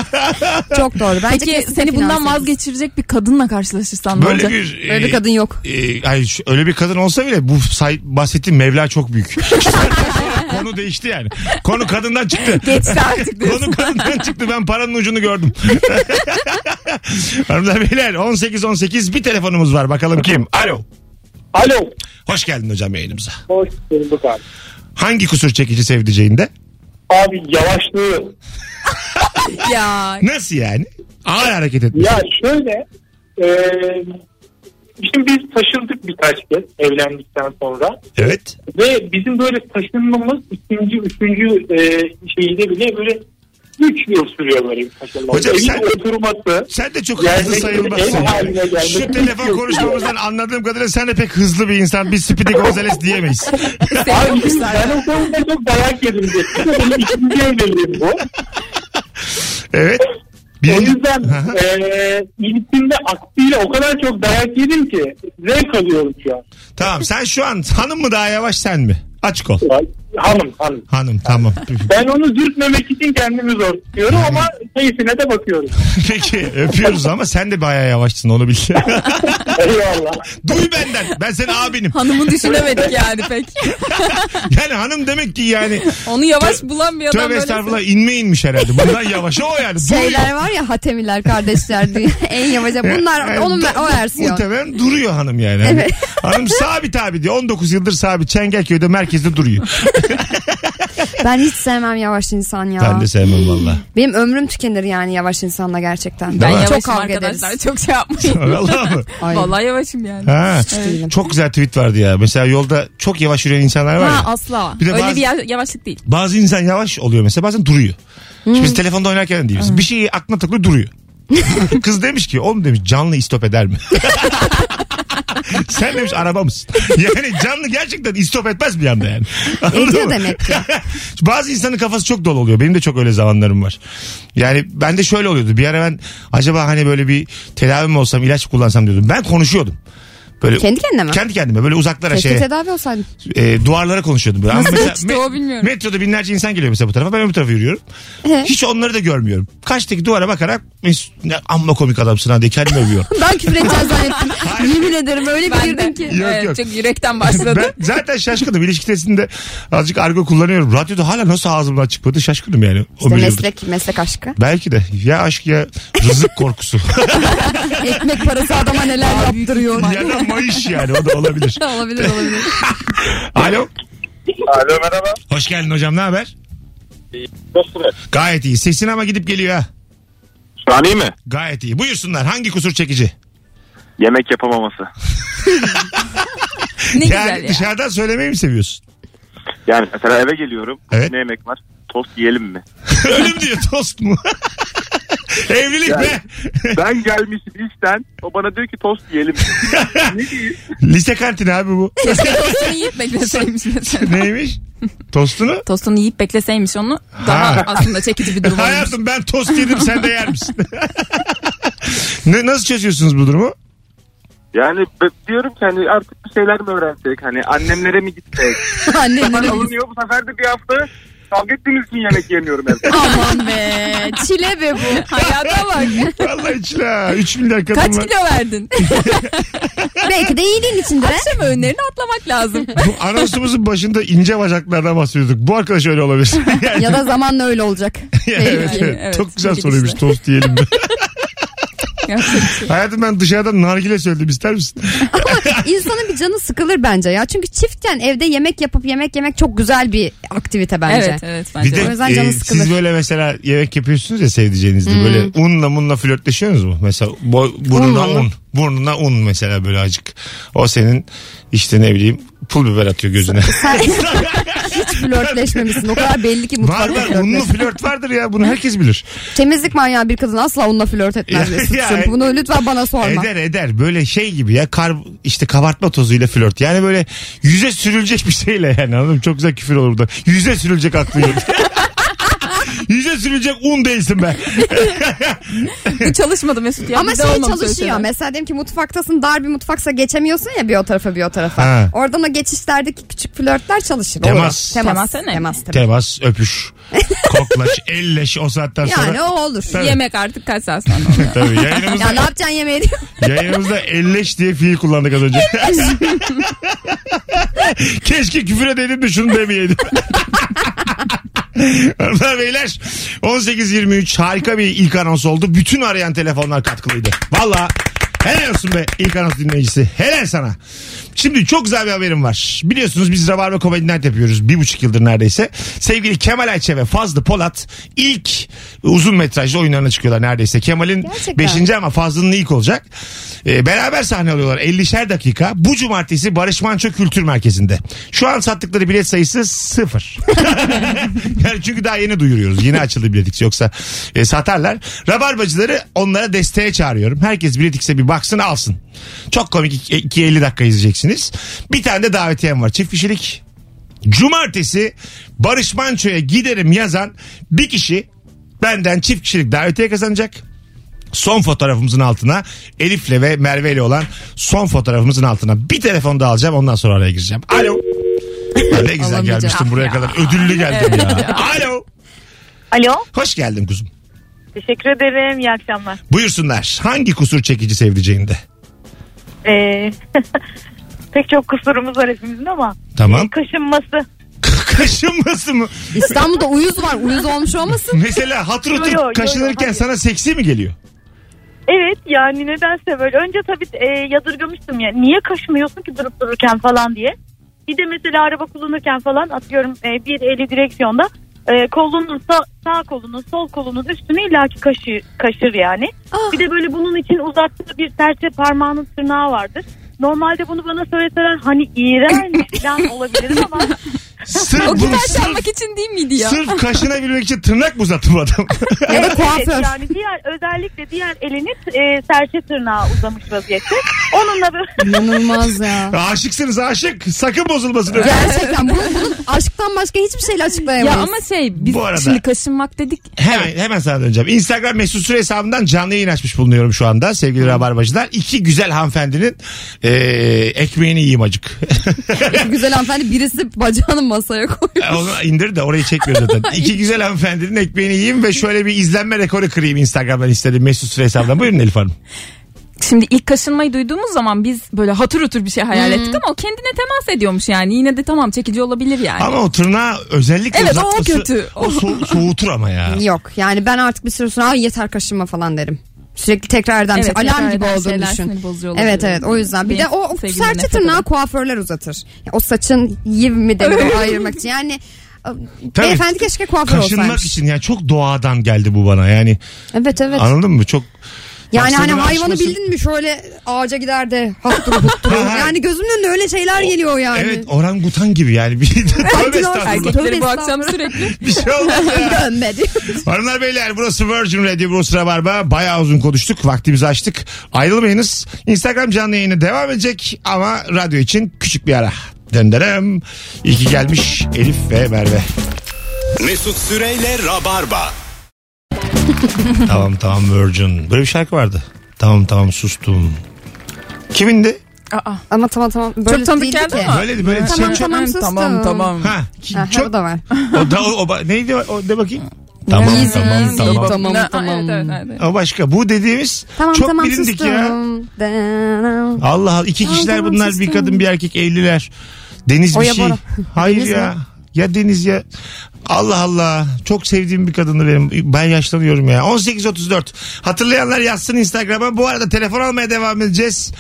Speaker 3: Çok doğru. Bence
Speaker 4: Peki
Speaker 3: kesinlikle
Speaker 4: seni bundan
Speaker 3: finansız.
Speaker 4: vazgeçirecek bir kadınla karşılaşırsan ne
Speaker 2: Böyle
Speaker 4: olacak?
Speaker 2: bir...
Speaker 3: Öyle bir
Speaker 2: e,
Speaker 3: kadın yok.
Speaker 2: e, hayır, şu- öyle bir kadın olsa bile bu say, bahsettiğim Mevla çok büyük. Konu değişti yani. Konu kadından çıktı.
Speaker 4: Geçti artık diyorsun.
Speaker 2: Konu kadından çıktı. Ben paranın ucunu gördüm. Hanımlar beyler 18-18 bir telefonumuz var. Bakalım kim? Alo.
Speaker 7: Alo.
Speaker 2: Hoş geldin hocam yayınımıza.
Speaker 7: Hoş bulduk abi.
Speaker 2: Hangi kusur çekici sevdiceğinde?
Speaker 7: Abi yavaşlığı.
Speaker 4: Ya
Speaker 2: Nasıl yani? Ağır hareket etmiş.
Speaker 7: Ya şöyle. E, şimdi biz taşındık birkaç kez evlendikten sonra.
Speaker 2: Evet.
Speaker 7: Ve bizim böyle taşınmamız ikinci, üçüncü e, şeyde bile böyle üç yıl sürüyor böyle bir taşınma.
Speaker 2: Hocam
Speaker 7: Evin
Speaker 2: sen-
Speaker 7: oturması.
Speaker 2: Sen de çok
Speaker 7: Yani
Speaker 2: hızlı sayılmazsın.
Speaker 7: ev haline
Speaker 2: yani.
Speaker 7: gelmesi
Speaker 2: Şu telefon
Speaker 7: yok.
Speaker 2: konuşmamızdan anladığım kadarıyla sen de pek hızlı bir insan. Biz Spidi Gonzales diyemeyiz.
Speaker 7: Abi şimdi ben o konuda çok dayak yedim. diye. Bu da Benim ikinci evliliğim bu.
Speaker 2: Evet.
Speaker 7: O
Speaker 2: Birinci-
Speaker 7: yüzden
Speaker 2: Hı hı.
Speaker 7: e, ilkinde aksıyla o kadar çok dayak yedim ki zevk alıyorum şu an.
Speaker 2: Tamam sen şu an hanım mı daha yavaş sen mi? Aç kol.
Speaker 7: Ya, hanım hanım.
Speaker 2: Hanım tamam.
Speaker 7: Ben onu dürtmemek için kendimi zor tutuyorum ama keyfine de bakıyorum.
Speaker 2: Peki öpüyoruz ama sen de bayağı yavaşsın onu bil.
Speaker 7: Eyvallah.
Speaker 2: Duy benden. Ben senin abinim.
Speaker 4: Hanımı düşünemedik yani pek.
Speaker 2: Yani hanım demek ki yani
Speaker 4: Onu yavaş bulan bir adam
Speaker 2: tövbe
Speaker 4: böyle-
Speaker 2: estağfurullah inme inmiş herhalde. Bundan yavaş o yani. Duruyor.
Speaker 3: Şeyler var ya hatemiler kardeşler diye. en yavaşa bunlar
Speaker 2: Yani
Speaker 3: onun
Speaker 2: du-
Speaker 3: o versiyon.
Speaker 2: Muhtemelen duruyor hanım yani. Hani
Speaker 3: Evet.
Speaker 2: hanım sabit abi diyor. 19 yıldır sabit Çengelköy'de merkezde duruyor.
Speaker 3: Ben hiç sevmem yavaş insan ya.
Speaker 2: Ben de sevmem valla.
Speaker 3: Benim ömrüm tükenir yani yavaş insanla gerçekten.
Speaker 2: Ben
Speaker 4: Ben
Speaker 2: mi?
Speaker 4: yavaşım
Speaker 3: çok kavga ederiz.
Speaker 4: arkadaşlar. Çok şey yapmayın.
Speaker 2: Valla mı?
Speaker 3: Ay.
Speaker 4: Vallahi yavaşım yani.
Speaker 2: Ha.
Speaker 3: değilim.
Speaker 2: Çok güzel tweet vardı ya. Mesela yolda çok yavaş yürüyen insanlar var
Speaker 4: Ha
Speaker 2: ya.
Speaker 4: asla.
Speaker 2: Bir de
Speaker 4: Öyle
Speaker 2: bazı-
Speaker 4: bir ya- yavaşlık değil.
Speaker 2: Bazı insan yavaş oluyor mesela bazen duruyor. Şimdi
Speaker 3: Hmm.
Speaker 2: biz telefonda oynarken de değiliz. Bir şeyi aklına takılıyor duruyor. Kız demiş ki oğlum demiş canlı istop eder mi? Sen demiş araba mısın? Yani canlı gerçekten istop etmez bir anda yani. Anladın
Speaker 3: Ediyor
Speaker 2: mı?
Speaker 3: demek ki.
Speaker 2: Bazı insanın kafası çok dolu oluyor. Benim de çok öyle zamanlarım var. Yani ben de şöyle oluyordu. Bir ara ben acaba hani böyle bir tedavim olsam ilaç mı kullansam diyordum. Ben konuşuyordum. Böyle
Speaker 3: Kendi kendine mi?
Speaker 2: Kendi kendime böyle uzaklara
Speaker 3: Keşke
Speaker 2: şey
Speaker 3: tedavi olsaydım.
Speaker 2: e, duvarlara konuşuyordum. Böyle. Ama
Speaker 4: Nasıl
Speaker 2: mesela
Speaker 4: geçti o bilmiyorum.
Speaker 2: Metroda binlerce insan geliyor mesela bu tarafa. Ben öbür tarafa yürüyorum.
Speaker 3: Ee?
Speaker 2: Hiç onları da görmüyorum. Karşıdaki duvara bakarak "Mesut, ne amma komik adamsın ha diye kendimi övüyorum.
Speaker 3: Ben küfür edeceğim zannettim. Yemin ederim öyle bir
Speaker 4: Ben de-
Speaker 3: girdin ki.
Speaker 2: Yok,
Speaker 4: Evet,
Speaker 2: yok.
Speaker 4: "Ee, Çok yürekten başladı.
Speaker 2: Ben zaten şaşkınım. İlişkidesinde azıcık argo kullanıyorum. Radyoda hala nasıl ağzımdan çıkmadı şaşkınım yani. O
Speaker 3: İşte
Speaker 2: bir yıldır.
Speaker 3: meslek, meslek aşkı.
Speaker 2: Belki de ya aşk ya rızık korkusu.
Speaker 3: Ekmek parası adama neler yaptırıyor.
Speaker 2: ya da mayış yani o da olabilir.
Speaker 3: olabilir olabilir.
Speaker 2: Alo.
Speaker 7: Alo merhaba.
Speaker 2: Hoş geldin hocam ne haber?
Speaker 7: Dostum.
Speaker 2: Gayet iyi. Sesin ama gidip geliyor ha.
Speaker 6: Şu an iyi mi?
Speaker 2: Gayet iyi. Buyursunlar hangi kusur çekici?
Speaker 6: Yemek yapamaması.
Speaker 2: yani
Speaker 4: ne güzel ya.
Speaker 2: dışarıdan söylemeyi mi seviyorsun?
Speaker 6: Yani mesela eve geliyorum.
Speaker 2: Evet.
Speaker 6: Ne yemek var? Tost yiyelim mi?
Speaker 2: Ölüm diyor tost mu? Evlilik be.
Speaker 6: ben gelmişim işten. O bana diyor ki tost yiyelim mi?
Speaker 2: Lise kantini abi bu.
Speaker 4: Keşke tostunu yiyip bekleseymiş mesela.
Speaker 2: Neymiş? Tostunu?
Speaker 4: Tostunu yiyip bekleseymiş onu daha
Speaker 2: Ha.
Speaker 4: aslında çekici bir durum olmuş.
Speaker 2: Hayatım ben tost yedim sen de yer misin? ne, nasıl çözüyorsunuz bu durumu?
Speaker 6: Yani b- diyorum ki hani artık bir şeyler mi öğrensek? Hani annemlere mi gitsek?
Speaker 3: Annemlere
Speaker 6: Bana
Speaker 3: biz-
Speaker 6: alınıyor bu sefer de bir hafta kavga ettiğimiz için yemek yemiyorum evde.
Speaker 3: Aman be. Çile be bu.
Speaker 4: Hayata bak.
Speaker 2: Vallahi çile ha. 3 milyar kadın
Speaker 4: Kaç
Speaker 2: var.
Speaker 4: kilo verdin?
Speaker 3: Belki de iyiliğin içinde.
Speaker 4: Akşam öğünlerini atlamak lazım.
Speaker 2: Bu anonsumuzun başında ince bacaklardan bahsediyorduk. Bu arkadaş öyle olabilir. Yani-
Speaker 3: ya da zamanla öyle olacak.
Speaker 2: yani evet,
Speaker 4: yani,
Speaker 2: evet.
Speaker 4: evet.
Speaker 2: Çok güzel
Speaker 4: Bilgisi.
Speaker 2: soruymuş tost diyelim de.
Speaker 4: Gerçekten.
Speaker 2: Hayatım ben dışarıdan nargile söyledim ister misin?
Speaker 3: İnsanın bir canı sıkılır bence ya. Çünkü çiftken evde yemek yapıp yemek yemek çok güzel bir aktivite bence.
Speaker 4: Evet evet bence.
Speaker 2: Bir
Speaker 3: O
Speaker 2: de
Speaker 3: yüzden canı
Speaker 2: e,
Speaker 3: sıkılır. Hmm.
Speaker 2: siz böyle mesela yemek yapıyorsunuz ya sevdiceğinizle böyle unla munla flörtleşiyorsunuz mu? Mesela boy, burnuna
Speaker 3: Unla mı?
Speaker 2: un. Burnuna un mesela böyle acık. O senin işte ne bileyim pul biber atıyor gözüne.
Speaker 3: Flörtleşmemişsin. O kadar belli ki
Speaker 2: var
Speaker 3: mutfakta
Speaker 2: var unlu
Speaker 3: flörtleşmemişsin.
Speaker 2: flört vardır ya bunu herkes bilir.
Speaker 3: Temizlik manyağı bir kadın asla onunla flört etmez.
Speaker 2: Ya-
Speaker 3: Mesut'cum.
Speaker 2: ya-
Speaker 3: Bunu lütfen bana sorma.
Speaker 2: Eder eder böyle şey gibi ya kar işte kabartma tozuyla flört. Yani böyle yüze sürülecek bir şeyle yani anladın mı? Çok güzel küfür olur da. Yüze sürülecek aklın yok. yüze sürülecek un değilsin be.
Speaker 4: Bu çalışmadı Mesut ya.
Speaker 3: Ama
Speaker 4: Bizde
Speaker 3: şey
Speaker 4: olmamış öyle
Speaker 3: çalışıyor.
Speaker 4: şeyler.
Speaker 3: Mesela diyelim ki mutfaktasın dar bir mutfaksa geçemiyorsun ya bir o tarafa bir o tarafa.
Speaker 2: Ha.
Speaker 3: Oradan o geçişlerdeki küçük flörtler çalışır.
Speaker 2: Temas.
Speaker 3: Olur. Temas.
Speaker 4: Temas
Speaker 3: Temas.
Speaker 4: ne?
Speaker 3: Temas. tabii.
Speaker 2: Temas, öpüş, koklaş, elleş o saatten sonra.
Speaker 3: Yani o olur.
Speaker 4: Yemek artık kaç saat sonra oluyor.
Speaker 2: Tabii
Speaker 3: Ya
Speaker 2: yayınımızda,
Speaker 3: ne yapacaksın yemeği diyor.
Speaker 2: yayınımızda elleş diye fiil kullandık az önce. Keşke küfür edeydim de şunu demeyeydim. Hanımlar beyler 18.23 harika bir ilk anons oldu. Bütün arayan telefonlar katkılıydı. Valla helal olsun be ilk anons dinleyicisi. Helal sana. Şimdi çok güzel bir haberim var. Biliyorsunuz biz Rabarba Comedy Night yapıyoruz. Bir buçuk yıldır neredeyse. Sevgili Kemal Ayçe ve Fazlı Polat ilk uzun metrajlı oyunlarına çıkıyorlar neredeyse. Kemal'in
Speaker 3: Gerçekten.
Speaker 2: 5. ama Fazlı'nın ilk olacak. Ee, beraber sahne alıyorlar 50'şer dakika. Bu cumartesi Barış Manço Kültür Merkezi'nde. Şu an sattıkları bilet sayısı sıfır. Yani çünkü daha yeni duyuruyoruz. Yeni açıldı biletix yoksa e, satarlar. Rabarbacıları onlara desteğe çağırıyorum. Herkes biletikse bir baksın alsın. Çok komik 2-50 dakika izleyeceksiniz. Bir tane de davetiyem var. Çift kişilik. Cumartesi Barış Manço'ya giderim yazan bir kişi benden çift kişilik davetiye kazanacak. Son fotoğrafımızın altına Elif'le ve Merve'yle olan son fotoğrafımızın altına bir telefon daha alacağım ondan sonra araya gireceğim. Alo. Ha, ne güzel
Speaker 3: Alamayacağım.
Speaker 5: ah
Speaker 2: gelmiştim buraya kadar. Ödüllü geldim ya. Alo.
Speaker 5: Alo.
Speaker 2: Hoş geldin kuzum.
Speaker 5: Teşekkür ederim. İyi akşamlar.
Speaker 2: Buyursunlar. Hangi kusur çekici sevdiceğinde?
Speaker 5: Ee, pek çok kusurumuz var hepimizin ama.
Speaker 2: Tamam.
Speaker 5: Kaşınması.
Speaker 2: Kaşınması mı?
Speaker 3: İstanbul'da uyuz var. Uyuz olmuş olmasın.
Speaker 2: Mesela hatır
Speaker 5: Yo, yo, yo,
Speaker 2: oturup kaşınırken
Speaker 5: hayır.
Speaker 2: sana seksi mi geliyor?
Speaker 5: Evet yani nedense böyle. Önce tabii e, yadırgamıştım ya. Niye kaşmıyorsun ki durup dururken falan diye. Bir de mesela araba kullanırken falan atıyorum e, bir eli direksiyonda. E, kolunun sağ, sağ kolunun sol kolunun üstünü illaki kaşı, kaşır yani.
Speaker 3: Ah.
Speaker 5: Bir de böyle bunun için uzattığı bir serçe parmağının tırnağı vardır. Normalde bunu bana söyleseler hani iğrenç falan olabilirim ama
Speaker 2: Sırf
Speaker 4: O
Speaker 2: bunu
Speaker 4: gitar
Speaker 2: sırf,
Speaker 4: çalmak için değil miydi ya?
Speaker 2: sırf kaşınabilmek için tırnak mı uzattı bu adam?
Speaker 3: Ya da kuaför.
Speaker 5: Evet, yani diğer özellikle diğer elini e, serçe tırnağı uzamış vaziyette. Onunla böyle
Speaker 3: İnanılmaz ya.
Speaker 2: Aşıksınız aşık. Sakın bozulmasın. öyle.
Speaker 3: Gerçekten bunu, bunu aşktan başka hiçbir şeyle
Speaker 4: Ya
Speaker 3: açıklayamayız.
Speaker 4: ama şey biz
Speaker 2: Bu arada-
Speaker 4: şimdi kaşınmak dedik.
Speaker 2: Hemen hemen sana döneceğim. Instagram mesut süre hesabından canlı yayın açmış bulunuyorum şu anda sevgili rabarbacılar. İki güzel hanımefendinin eee, ekmeğini yiyeyim acık.
Speaker 3: Güzel hanımefendi birisi bacağını masaya koyuyor.
Speaker 2: Onu indir de orayı çekmiyor zaten. İki güzel hanımefendinin ekmeğini yiyeyim ve şöyle bir izlenme rekoru kırayım Instagram'dan istedim mesut süre hesabından. Buyurun Elif Hanım.
Speaker 4: Şimdi ilk kaşınmayı duyduğumuz zaman biz böyle hatır otur bir şey hayal
Speaker 3: Hmm.
Speaker 4: ettik ama o kendine temas ediyormuş yani. Yine de tamam çekici olabilir yani.
Speaker 2: Ama o tırnağı özellikle
Speaker 4: Evet, o
Speaker 2: uzatması-
Speaker 4: kötü.
Speaker 2: O so- soğutur ama ya.
Speaker 3: Yok yani ben artık bir süre sonra "Ay yeter kaşınma falan derim. Sürekli tekrar eden
Speaker 4: Evet,
Speaker 3: şey. Alarm
Speaker 4: tekrar
Speaker 3: gibi
Speaker 4: eden
Speaker 3: olduğunu
Speaker 4: şeyler
Speaker 3: düşün.
Speaker 4: sinir bozucu olabilir.
Speaker 3: Evet evet o yüzden. Bir de
Speaker 4: Benim
Speaker 3: o, o
Speaker 4: sevgilime
Speaker 3: serçe
Speaker 4: nefret
Speaker 3: tırnağı
Speaker 4: ederim.
Speaker 3: kuaförler uzatır. Ya O saçın yiv mi denir o ayırmak için. Yani
Speaker 2: Tabii.
Speaker 3: beyefendi keşke kuaför
Speaker 2: Kaşınmak
Speaker 3: olsaymış.
Speaker 2: için yani çok doğadan geldi bu bana yani.
Speaker 3: Evet evet.
Speaker 2: Anladın mı? Çok
Speaker 3: Yani hani
Speaker 2: Hastalığı
Speaker 3: hayvanı
Speaker 2: aşması-
Speaker 3: bildin mi şöyle ağaca gider de hastır huttur. yani gözümün önünde öyle şeyler geliyor yani.
Speaker 2: Evet orangutan gibi yani. Bir tövbe
Speaker 3: Erkekler-
Speaker 2: estağfurullah.
Speaker 4: Erkekleri
Speaker 3: Tövbe
Speaker 4: bu akşam
Speaker 3: estağfurullah.
Speaker 4: sürekli
Speaker 2: Bir şey olmaz ya.
Speaker 3: Dönmedi.
Speaker 2: Hanımlar beyler burası Virgin Radio burası Rabarba. Bayağı uzun konuştuk. Vaktimizi açtık. Ayrılmayınız. Instagram canlı yayını devam edecek ama radyo için küçük bir ara. Döndürüm. İyi ki gelmiş Elif ve Merve.
Speaker 1: Mesut Süreyle Rabarba.
Speaker 2: tamam tamam Virgin. Böyle bir şarkı vardı. Tamam tamam sustum. Kimindi?
Speaker 3: Ama tamam tamam. Böyle
Speaker 4: Çok tanıdık
Speaker 3: değildi
Speaker 4: geldi
Speaker 3: ki.
Speaker 4: ama.
Speaker 2: Böyleydi böyle.
Speaker 3: Tamam,
Speaker 2: Çok-
Speaker 3: tamam, sustum.
Speaker 4: tamam tamam.
Speaker 2: Ha, ki-
Speaker 3: Ha,
Speaker 2: çok,
Speaker 3: o da var.
Speaker 2: o da o, o- neydi o de bakayım. Tamam
Speaker 3: İyisiniz,
Speaker 2: tamam
Speaker 3: iyi,
Speaker 2: tamam.
Speaker 3: tamam,
Speaker 4: Ha,
Speaker 3: tamam.
Speaker 4: evet, evet, evet.
Speaker 2: O başka. Bu dediğimiz
Speaker 3: Tamam
Speaker 2: çok
Speaker 3: tamam
Speaker 2: bilindik
Speaker 3: sustum.
Speaker 2: ya.
Speaker 3: Da-da.
Speaker 2: Allah Allah. iki
Speaker 4: Tamam,
Speaker 2: kişiler
Speaker 4: tamam,
Speaker 2: bunlar bir
Speaker 4: sustum.
Speaker 2: kadın bir erkek evliler. Deniz bir
Speaker 3: Oya
Speaker 2: şey.
Speaker 3: Bora.
Speaker 2: Hayır
Speaker 3: Deniz
Speaker 2: ya. Ya Deniz ya. Allah Allah. Çok sevdiğim bir kadındı benim. Ben yaşlanıyorum ya. 18.34. Hatırlayanlar yazsın Instagram'a. Bu arada telefon almaya devam edeceğiz.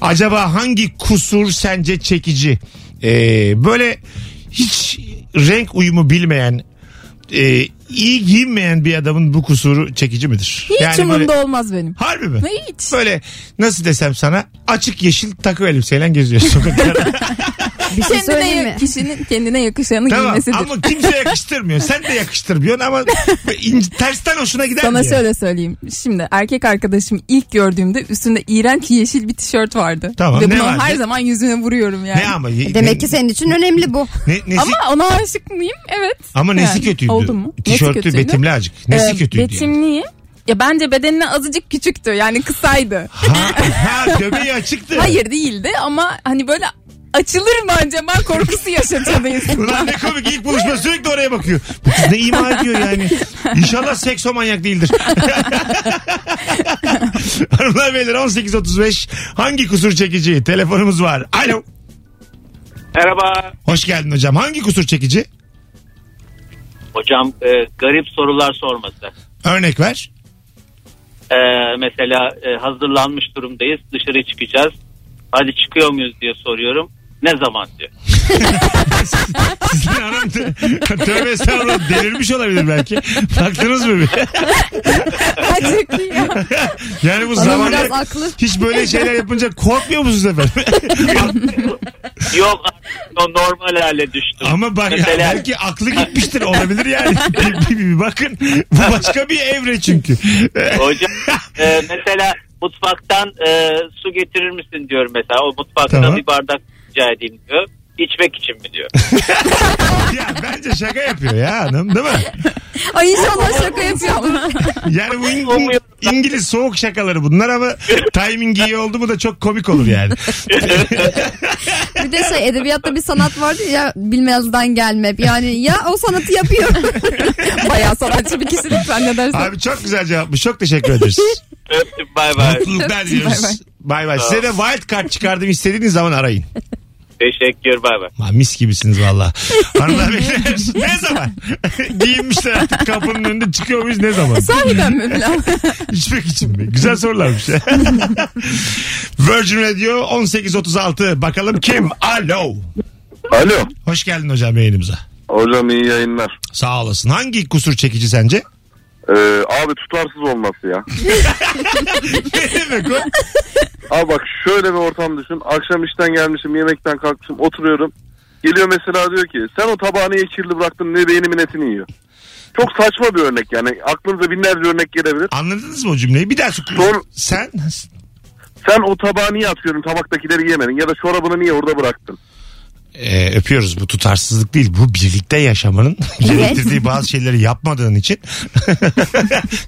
Speaker 2: Acaba hangi kusur sence çekici? Ee, böyle hiç renk uyumu bilmeyen e, iyi giyinmeyen bir adamın bu kusuru çekici midir?
Speaker 4: Hiç
Speaker 2: Yani böyle-
Speaker 4: umurumda olmaz benim.
Speaker 2: Harbi mi?
Speaker 4: Hiç.
Speaker 2: Böyle nasıl desem sana açık yeşil takı elbiseyle geziyorsun. sokaklarda.
Speaker 3: Bir şey söyleyeyim
Speaker 4: Kendine,
Speaker 3: mi?
Speaker 4: kişinin kendine yakışanı
Speaker 2: tamam
Speaker 4: giymesidir.
Speaker 2: ama kimse yakıştırmıyor. Sen de yakıştırmıyorsun ama ince- tersten hoşuna gider
Speaker 4: Sana
Speaker 2: diye.
Speaker 4: şöyle söyleyeyim. Şimdi erkek arkadaşım ilk gördüğümde üstünde iğrenç yeşil bir tişört vardı.
Speaker 2: Tamam,
Speaker 4: Ve
Speaker 2: ne
Speaker 4: bunu
Speaker 2: vardı?
Speaker 4: her zaman yüzüne vuruyorum yani.
Speaker 2: Ne ama? ye- ne-
Speaker 3: Demek ki senin için önemli bu.
Speaker 2: Ne, nesi, ama,
Speaker 4: Ama ona aşık mıyım? Evet.
Speaker 2: nesi
Speaker 4: Yani,
Speaker 2: kötüydü?
Speaker 4: Oldu mu? Nesi
Speaker 2: Tişörtü
Speaker 4: kötüydü?
Speaker 2: betimli acık. Nesi
Speaker 4: Ee,
Speaker 2: kötüydü? yani?
Speaker 4: Betimliği. Ya bence bedenine azıcık küçüktü yani kısaydı.
Speaker 2: Ha, ha göbeği açıktı.
Speaker 4: Hayır değildi ama hani böyle açılır mı acaba korkusu yaşatıyordu
Speaker 2: Ulan ne komik ilk buluşma sürekli oraya bakıyor. Bu kız ne ima ediyor yani. İnşallah seksomanyak değildir. Hanımlar beyler 18.35 hangi kusur çekici? Telefonumuz var. Alo.
Speaker 8: Merhaba.
Speaker 2: Hoş geldin hocam. Hangi kusur çekici?
Speaker 8: Hocam e, garip sorular sorması.
Speaker 2: Örnek ver.
Speaker 8: E, mesela e, hazırlanmış durumdayız dışarı çıkacağız. Hadi çıkıyor muyuz diye soruyorum. Ne zaman diyor.
Speaker 2: Sizin hanım tö- tövbe estağfurullah delirmiş olabilir belki. Baktınız mı bir?
Speaker 4: insan.
Speaker 2: Yani bu
Speaker 3: Adam biraz
Speaker 2: zamanda
Speaker 3: aklı.
Speaker 2: hiç böyle şeyler yapınca korkmuyor musunuz efendim?
Speaker 8: Yok o normal hale düştüm.
Speaker 2: Ama bak
Speaker 8: Mesela-
Speaker 2: belki aklı gitmiştir olabilir yani. Bir- bir- bir bakın bu başka bir evre çünkü.
Speaker 8: Hocam e, mesela mutfaktan e, su getirir misin diyorum mesela. O mutfaktan
Speaker 2: Tamam.
Speaker 8: bir bardak rica edeyim diyor. İçmek için mi diyor.
Speaker 2: ya bence şaka yapıyor ya hanım değil mi?
Speaker 3: Ay inşallah şey şaka yapıyor.
Speaker 2: Yani bu İng- İngiliz soğuk şakaları bunlar ama timing iyi oldu mu da çok komik olur yani.
Speaker 3: bir de şey edebiyatta bir sanat vardı ya bilmezden gelmek. Yani ya o sanatı yapıyor.
Speaker 4: Bayağı sanatçı bir kişilik ben ne dersin.
Speaker 2: Abi çok güzel cevapmış. Çok teşekkür ederiz.
Speaker 8: Öptüm bay bay.
Speaker 2: Mutluluklar diliyoruz. Bay bay. Size de wild card çıkardım istediğiniz zaman arayın.
Speaker 8: Teşekkür bay bay.
Speaker 2: Lan mis gibisiniz valla. Hanımlar beyler ne zaman? Giyinmişler artık kapının önünde çıkıyor muyuz ne zaman?
Speaker 4: Sahiden mi falan?
Speaker 2: İçmek için mi? Güzel sorularmış. Virgin Radio 1836. Bakalım kim? Alo.
Speaker 9: Alo.
Speaker 2: Hoş geldin hocam yayınımıza.
Speaker 9: Hocam iyi yayınlar.
Speaker 2: Sağ olasın. Hangi kusur çekici sence?
Speaker 9: Ee, abi tutarsız olması ya.
Speaker 2: ne demek o?
Speaker 9: Abi bak şöyle bir ortam düşün. Akşam işten gelmişim yemekten kalkmışım oturuyorum. Geliyor mesela diyor ki sen o tabağı niye kirli bıraktın ne beynimin etini yiyor. Çok saçma bir örnek yani aklınıza binlerce örnek gelebilir.
Speaker 2: Anladınız mı o cümleyi? Bir daha sor.
Speaker 9: Sor.
Speaker 2: Sen
Speaker 9: Sen o tabağı niye atıyorum tabaktakileri yemedin ya da çorabını niye orada bıraktın.
Speaker 2: Ee, öpüyoruz bu tutarsızlık değil bu birlikte yaşamanın gerektirdiği bazı şeyleri yapmadığın için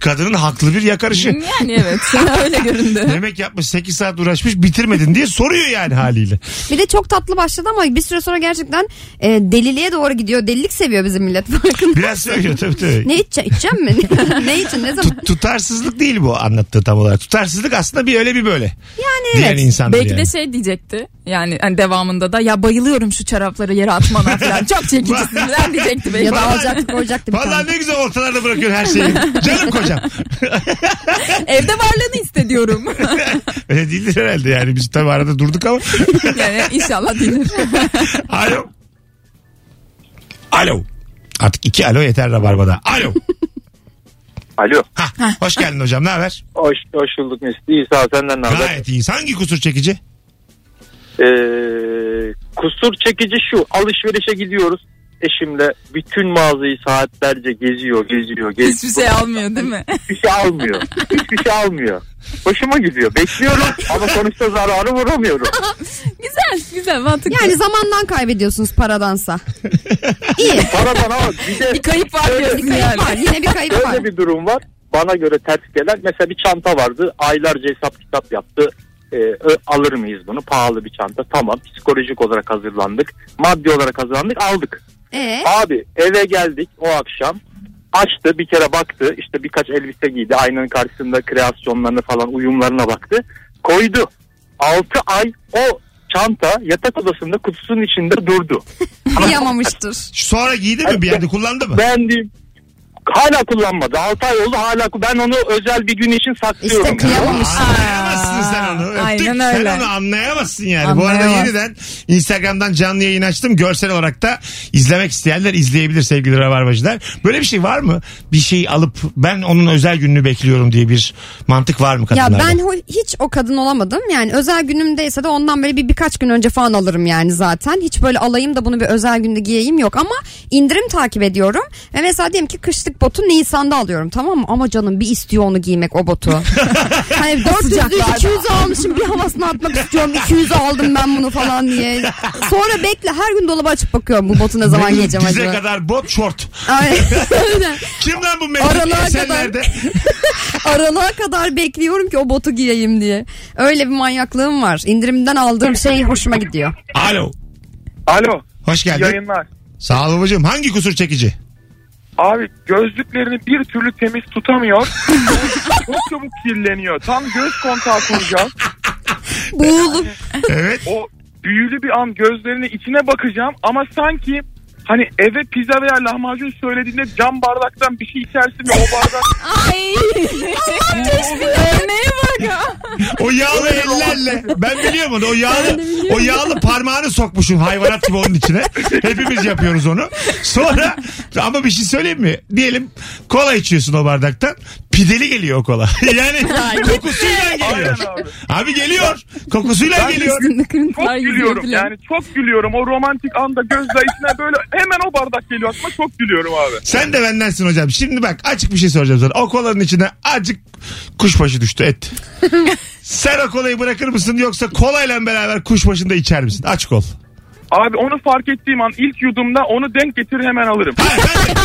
Speaker 2: kadının haklı bir yakarışı.
Speaker 4: Yani evet öyle göründü.
Speaker 2: Yemek yapmış 8 saat uğraşmış bitirmedin diye soruyor yani haliyle.
Speaker 3: bir de çok tatlı başladı ama bir süre sonra gerçekten e, deliliğe doğru gidiyor. Delilik seviyor bizim millet farkında.
Speaker 2: Biraz söylüyor tabii tabii.
Speaker 3: ne içeceğim, içeceğim mi? ne için ne zaman?
Speaker 2: Tut- tutarsızlık değil bu anlattığı tam olarak. Tutarsızlık aslında bir öyle bir böyle. Yani
Speaker 3: evet.
Speaker 2: insandır
Speaker 4: Belki
Speaker 2: yani.
Speaker 4: de şey diyecekti. Yani hani devamında da ya bayılıyorum şu çorapları yere atmana falan. Çok çekicisin falan diyecekti belki.
Speaker 3: ya da
Speaker 2: Vallahi-
Speaker 3: alacaktık koyacaktık bir
Speaker 2: Valla
Speaker 3: tane.
Speaker 2: ne güzel ortalarda bırakıyor her şeyi. Canım kocam.
Speaker 4: Evde varlığını istediyorum.
Speaker 2: Öyle değildir herhalde yani biz tabii arada durduk ama.
Speaker 4: yani inşallah dinler.
Speaker 2: Alo. Alo. Artık iki alo yeter rabarbada. Alo.
Speaker 6: Alo.
Speaker 2: Ha, hoş geldin hocam ne haber?
Speaker 6: Hoş, hoş bulduk Mesut. İyi sağ ol, senden ne haber?
Speaker 2: Gayet iyiyiz. Hangi kusur çekici?
Speaker 6: Ee, kusur çekici şu. Alışverişe gidiyoruz. Eşimle bütün mağazayı saatlerce geziyor, geziyor, geziyor.
Speaker 4: Hiçbir şey almıyor değil mi?
Speaker 6: Hiçbir şey almıyor. Hiçbir şey almıyor. Hoşuma gidiyor. Bekliyorum ama sonuçta zararı vuramıyorum.
Speaker 4: güzel güzel mantıklı.
Speaker 3: Yani zamandan kaybediyorsunuz paradansa. İyi.
Speaker 6: Para bana bir de
Speaker 4: bir kayıp var
Speaker 3: Bir
Speaker 4: diyorsun
Speaker 3: kayıp
Speaker 4: yani.
Speaker 3: var. Yine bir kayıp var.
Speaker 6: Böyle bir durum var. Bana göre ters gelen mesela bir çanta vardı. Aylarca hesap kitap yaptı. Ee, ö- alır mıyız bunu? Pahalı bir çanta. Tamam. Psikolojik olarak hazırlandık. Maddi olarak hazırlandık. Aldık.
Speaker 3: Ee,
Speaker 6: Abi eve geldik o akşam. Açtı bir kere baktı. İşte birkaç elbise giydi. Aynanın karşısında kreasyonlarına falan uyumlarına baktı. Koydu. 6 ay o çanta yatak odasında kutusunun içinde durdu.
Speaker 3: kıyamamıştır.
Speaker 2: Sonra giydi mi bir yerde kullandı mı?
Speaker 6: Beğendim. Hala kullanmadı. 6 ay oldu hala. Ben onu özel bir gün için saklıyorum.
Speaker 3: İşte kıyamamış.
Speaker 2: Anlayamazsın sen onu. Öptük.
Speaker 4: Aynen öyle.
Speaker 2: Sen onu anlayamazsın yani. Bu arada
Speaker 4: Anlayamaz.
Speaker 2: yeniden Instagram'dan canlı yayın açtım. Görsel olarak da izlemek isteyenler izleyebilir sevgili Rabarbacılar. Böyle bir şey var mı? Bir şey alıp ben onun özel gününü bekliyorum diye bir mantık var mı
Speaker 3: Ya
Speaker 2: kadınlarda?
Speaker 3: ben ho- hiç o kadın olamadım. Yani özel günümdeyse de ondan böyle bir birkaç gün önce falan alırım yani zaten. Hiç böyle alayım da bunu bir özel günde giyeyim yok ama indirim takip ediyorum. Ve mesela diyelim ki kışlık botu Nisan'da alıyorum tamam mı? Ama canım bir istiyor onu giymek o botu. hani 400'ü 200'ü almışım bir havasına atmak istiyorum. 200'ü aldım ben bunu falan diye. Sonra bekle her gün dolaba açıp bakıyorum bu botu ne zaman giyeceğim
Speaker 2: Dize
Speaker 3: acaba.
Speaker 2: kadar bot şort.
Speaker 3: Ay, aynen.
Speaker 2: Kim lan bu mevcut
Speaker 3: Aralığa
Speaker 2: esenlerde?
Speaker 3: Aralığa kadar bekliyorum ki o botu giyeyim diye. Öyle bir manyaklığım var. İndirimden aldığım şey hoşuma gidiyor.
Speaker 2: Alo.
Speaker 9: Alo
Speaker 2: Hoş geldin.
Speaker 9: yayınlar.
Speaker 2: Sağ ol babacığım. Hangi kusur çekici?
Speaker 9: Abi gözlüklerini bir türlü temiz tutamıyor. çok çabuk kirleniyor. Tam göz kontağı kuracağım.
Speaker 3: Buğulu.
Speaker 2: Evet.
Speaker 9: o büyülü bir an gözlerinin içine bakacağım ama sanki hani eve pizza veya lahmacun söylediğinde cam bardaktan bir şey içersin ve o bardak
Speaker 4: Ay. Örneğe bak. ya.
Speaker 2: O yağlı ellerle. Ben biliyorum onu. O yağlı, o yağlı parmağını sokmuşum hayvanat gibi onun içine. Hepimiz yapıyoruz onu. Sonra ama bir şey söyleyeyim mi? Diyelim kola içiyorsun o bardaktan. Pideli geliyor o kola. Yani kokusuyla geliyor.
Speaker 9: Aynen abi.
Speaker 2: Abi geliyor. Kokusuyla geliyor.
Speaker 4: Üstünde kırıntılar
Speaker 9: çok
Speaker 4: yüzüyor
Speaker 9: gülüyorum.
Speaker 4: falan.
Speaker 9: Yani çok gülüyorum. O romantik anda gözler içine böyle hemen o bardak geliyor aklıma. Çok gülüyorum abi.
Speaker 2: Sen de bendensin hocam. Şimdi bak açık bir şey soracağım sana. O kolanın içine acık kuşbaşı düştü et. Sen o kolayı bırakır mısın yoksa kolayla beraber kuşbaşını da içer misin? Açık ol.
Speaker 9: Abi onu fark ettiğim an ilk yudumda onu denk getir hemen alırım.
Speaker 2: Hayır ben de,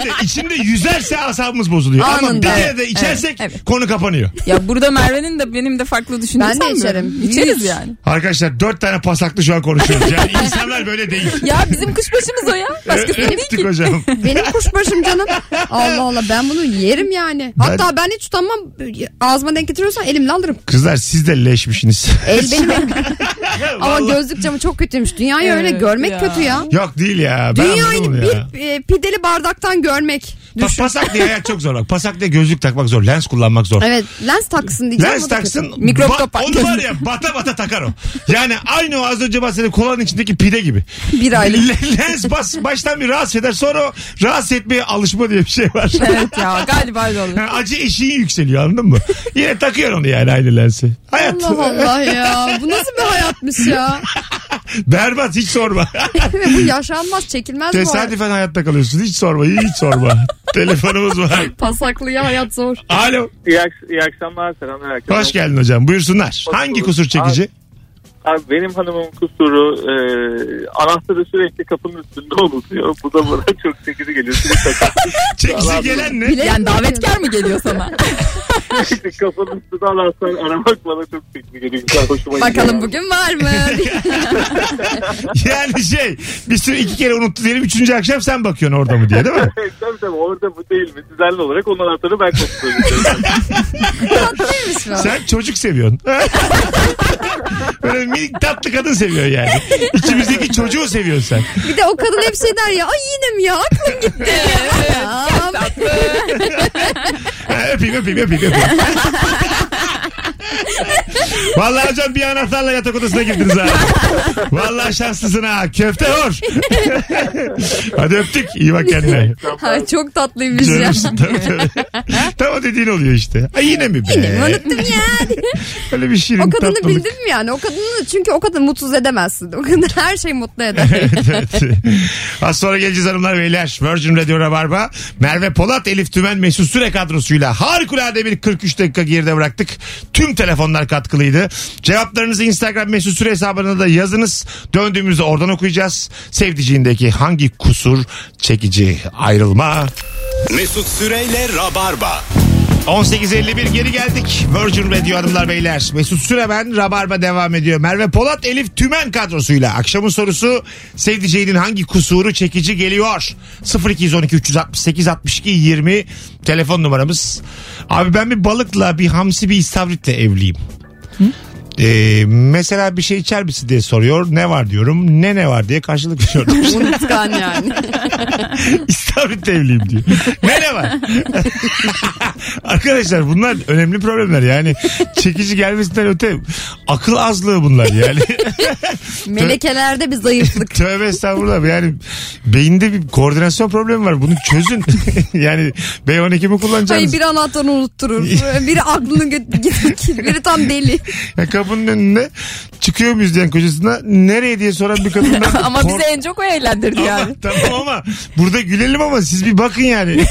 Speaker 2: ben de içinde yüzerse asabımız bozuluyor. Ama
Speaker 3: Anında.
Speaker 2: bir kere
Speaker 3: Evet,
Speaker 2: de içersek
Speaker 4: evet, evet.
Speaker 2: konu kapanıyor.
Speaker 4: Ya burada Merve'nin de benim de farklı düşündüğünü
Speaker 3: Ben de
Speaker 4: sanmıyorum.
Speaker 3: içerim.
Speaker 4: İçeriz
Speaker 3: Yüz.
Speaker 4: yani.
Speaker 2: Arkadaşlar dört tane pasaklı şu an konuşuyoruz. Yani insanlar böyle değil.
Speaker 4: Ya bizim kuşbaşımız o ya. Başkasının değil
Speaker 2: Öptük
Speaker 4: ki.
Speaker 2: hocam.
Speaker 3: Benim kuşbaşım canım. Allah Allah ben bunu yerim yani. Hatta ben hiç utanmam. Ağzıma denk getiriyorsan elimle alırım.
Speaker 2: Kızlar siz de leşmişsiniz.
Speaker 3: El benim. Ama
Speaker 2: Vallahi.
Speaker 3: gözlük camı çok kötüymüş. Dünyayı öyle
Speaker 4: Evet
Speaker 3: görmek
Speaker 4: ya.
Speaker 3: kötü ya.
Speaker 2: Yok değil ya. Ben
Speaker 3: Dünyayı
Speaker 2: anladım onu ya.
Speaker 3: bir e, pideli bardaktan görmek.
Speaker 2: Bak
Speaker 3: Düşün.
Speaker 2: pasak diye hayat çok zor bak. Pasak diye gözlük takmak zor. Lens kullanmak zor.
Speaker 3: Evet lens taksın diyeceğim.
Speaker 2: Lens
Speaker 3: o da kötü.
Speaker 2: taksın.
Speaker 4: Mikrop
Speaker 2: ba-
Speaker 4: kapar.
Speaker 2: Onu var ya bata bata takar o. Yani aynı o az önce bahsettiğim kolanın içindeki pide gibi.
Speaker 3: Bir aylık.
Speaker 2: Le- Lens bas, baştan bir rahatsız eder sonra o rahatsız etmeye alışma diye bir şey var.
Speaker 4: Evet ya galiba öyle olur.
Speaker 2: Yani acı eşiği yükseliyor anladın mı? Yine takıyor onu yani aynı lensi. Hayat.
Speaker 3: Allah Allah ya. Bu nasıl bir hayatmış ya?
Speaker 2: Berbat hiç sorma.
Speaker 3: bu yaşanmaz çekilmez bu.
Speaker 2: Tesadüfen hayatta kalıyorsun. Hiç sorma hiç sorma. Telefonumuz var.
Speaker 3: Pasaklıya hayat zor.
Speaker 2: Alo.
Speaker 6: İyi, ak- iyi akşamlar selamlar herkese.
Speaker 2: Hoş geldin hocam. Buyursunlar.
Speaker 6: Hoş
Speaker 2: Hangi
Speaker 6: bulduk.
Speaker 2: kusur çekici?
Speaker 6: Abi benim hanımın kusuru e, anahtarı sürekli kapının üstünde unutuyor. Bu da bana çok çekici geliyor. Sürekli
Speaker 2: Çekici gelen ne?
Speaker 4: Yani davetkar mı geliyor sana?
Speaker 6: Sürekli kafanın üstünde anahtar aramak bana çok çekici geliyor. Güzel, hoşuma gidiyor.
Speaker 3: Bakalım bugün var mı?
Speaker 2: Yani şey bir sürü iki kere unuttu diyelim. Üçüncü akşam sen bakıyorsun orada mı diye değil mi?
Speaker 6: tabii tabii orada bu değil mi? Düzenli olarak onun anahtarını ben kapıyorum.
Speaker 3: Tatlıymış bu.
Speaker 2: Sen çocuk seviyorsun. Böyle minik tatlı kadın seviyor yani. İçimizdeki çocuğu seviyorsun sen.
Speaker 3: Bir de o kadın hep şey der ya. Ay yine mi ya? Aklım gitti. Tamam.
Speaker 2: Ha, öpeyim öpeyim öpeyim öpeyim. Vallahi hocam bir anahtarla yatak odasına girdiniz ha. Vallahi şanslısın ha. Köfte hor. Hadi öptük. İyi bak kendine.
Speaker 3: Ay, çok tatlıymış ya.
Speaker 2: Canımsın tabii tabii. Tam o dediğin oluyor işte. Ay yine mi be?
Speaker 3: Yine mi? Unuttum ya. diye.
Speaker 2: Öyle bir şirin
Speaker 3: o kadını
Speaker 2: tatlılık.
Speaker 3: bildim mi yani? O kadını çünkü o kadını mutsuz edemezsin. O kadın her şeyi mutlu eder.
Speaker 2: evet, evet. Az sonra geleceğiz hanımlar beyler. Virgin Radio Rabarba. Merve Polat, Elif Tümen, Mesut Süre kadrosuyla harikulade bir 43 dakika geride bıraktık. Tüm telefonlar katkılıydı. Cevaplarınızı Instagram Mesut Süre hesabına da yazınız. Döndüğümüzde oradan okuyacağız. Sevdiceğindeki hangi kusur çekici ayrılma.
Speaker 1: Mesut Süreyle Rabarba.
Speaker 2: 18.51 geri geldik. Virgin Radio hanımlar beyler. Mesut Süre ben. Rabarba devam ediyor. Merve Polat, Elif Tümen kadrosuyla. Akşamın sorusu sevdiceğinin hangi kusuru çekici geliyor? 0212 368 62 20 telefon numaramız. Abi ben bir balıkla bir hamsi bir istavritle evliyim. Ee, mesela bir şey içer misin diye soruyor. Ne var diyorum. Ne ne var diye karşılık veriyorum.
Speaker 3: Unutkan yani.
Speaker 2: İstavrit evliyim diyor. Merhaba. Arkadaşlar bunlar önemli problemler yani. Çekici gelmesinden öte akıl azlığı bunlar yani.
Speaker 3: Melekelerde bir zayıflık.
Speaker 2: Tövbe estağfurullah yani beyinde bir koordinasyon problemi var bunu çözün. yani B12 mi
Speaker 3: Hayır
Speaker 2: kullanacaksınız?
Speaker 3: bir anahtarını unutturur. Biri aklını gidik. Biri tam deli.
Speaker 2: Ya kapının önünde çıkıyor muyuz diyen kocasına nereye diye soran bir kadından
Speaker 4: Ama
Speaker 2: kork-
Speaker 4: bizi en çok o eğlendirdi
Speaker 2: Ama-
Speaker 4: yani.
Speaker 2: tamam ama burada gülelim ama siz bir bakın yani.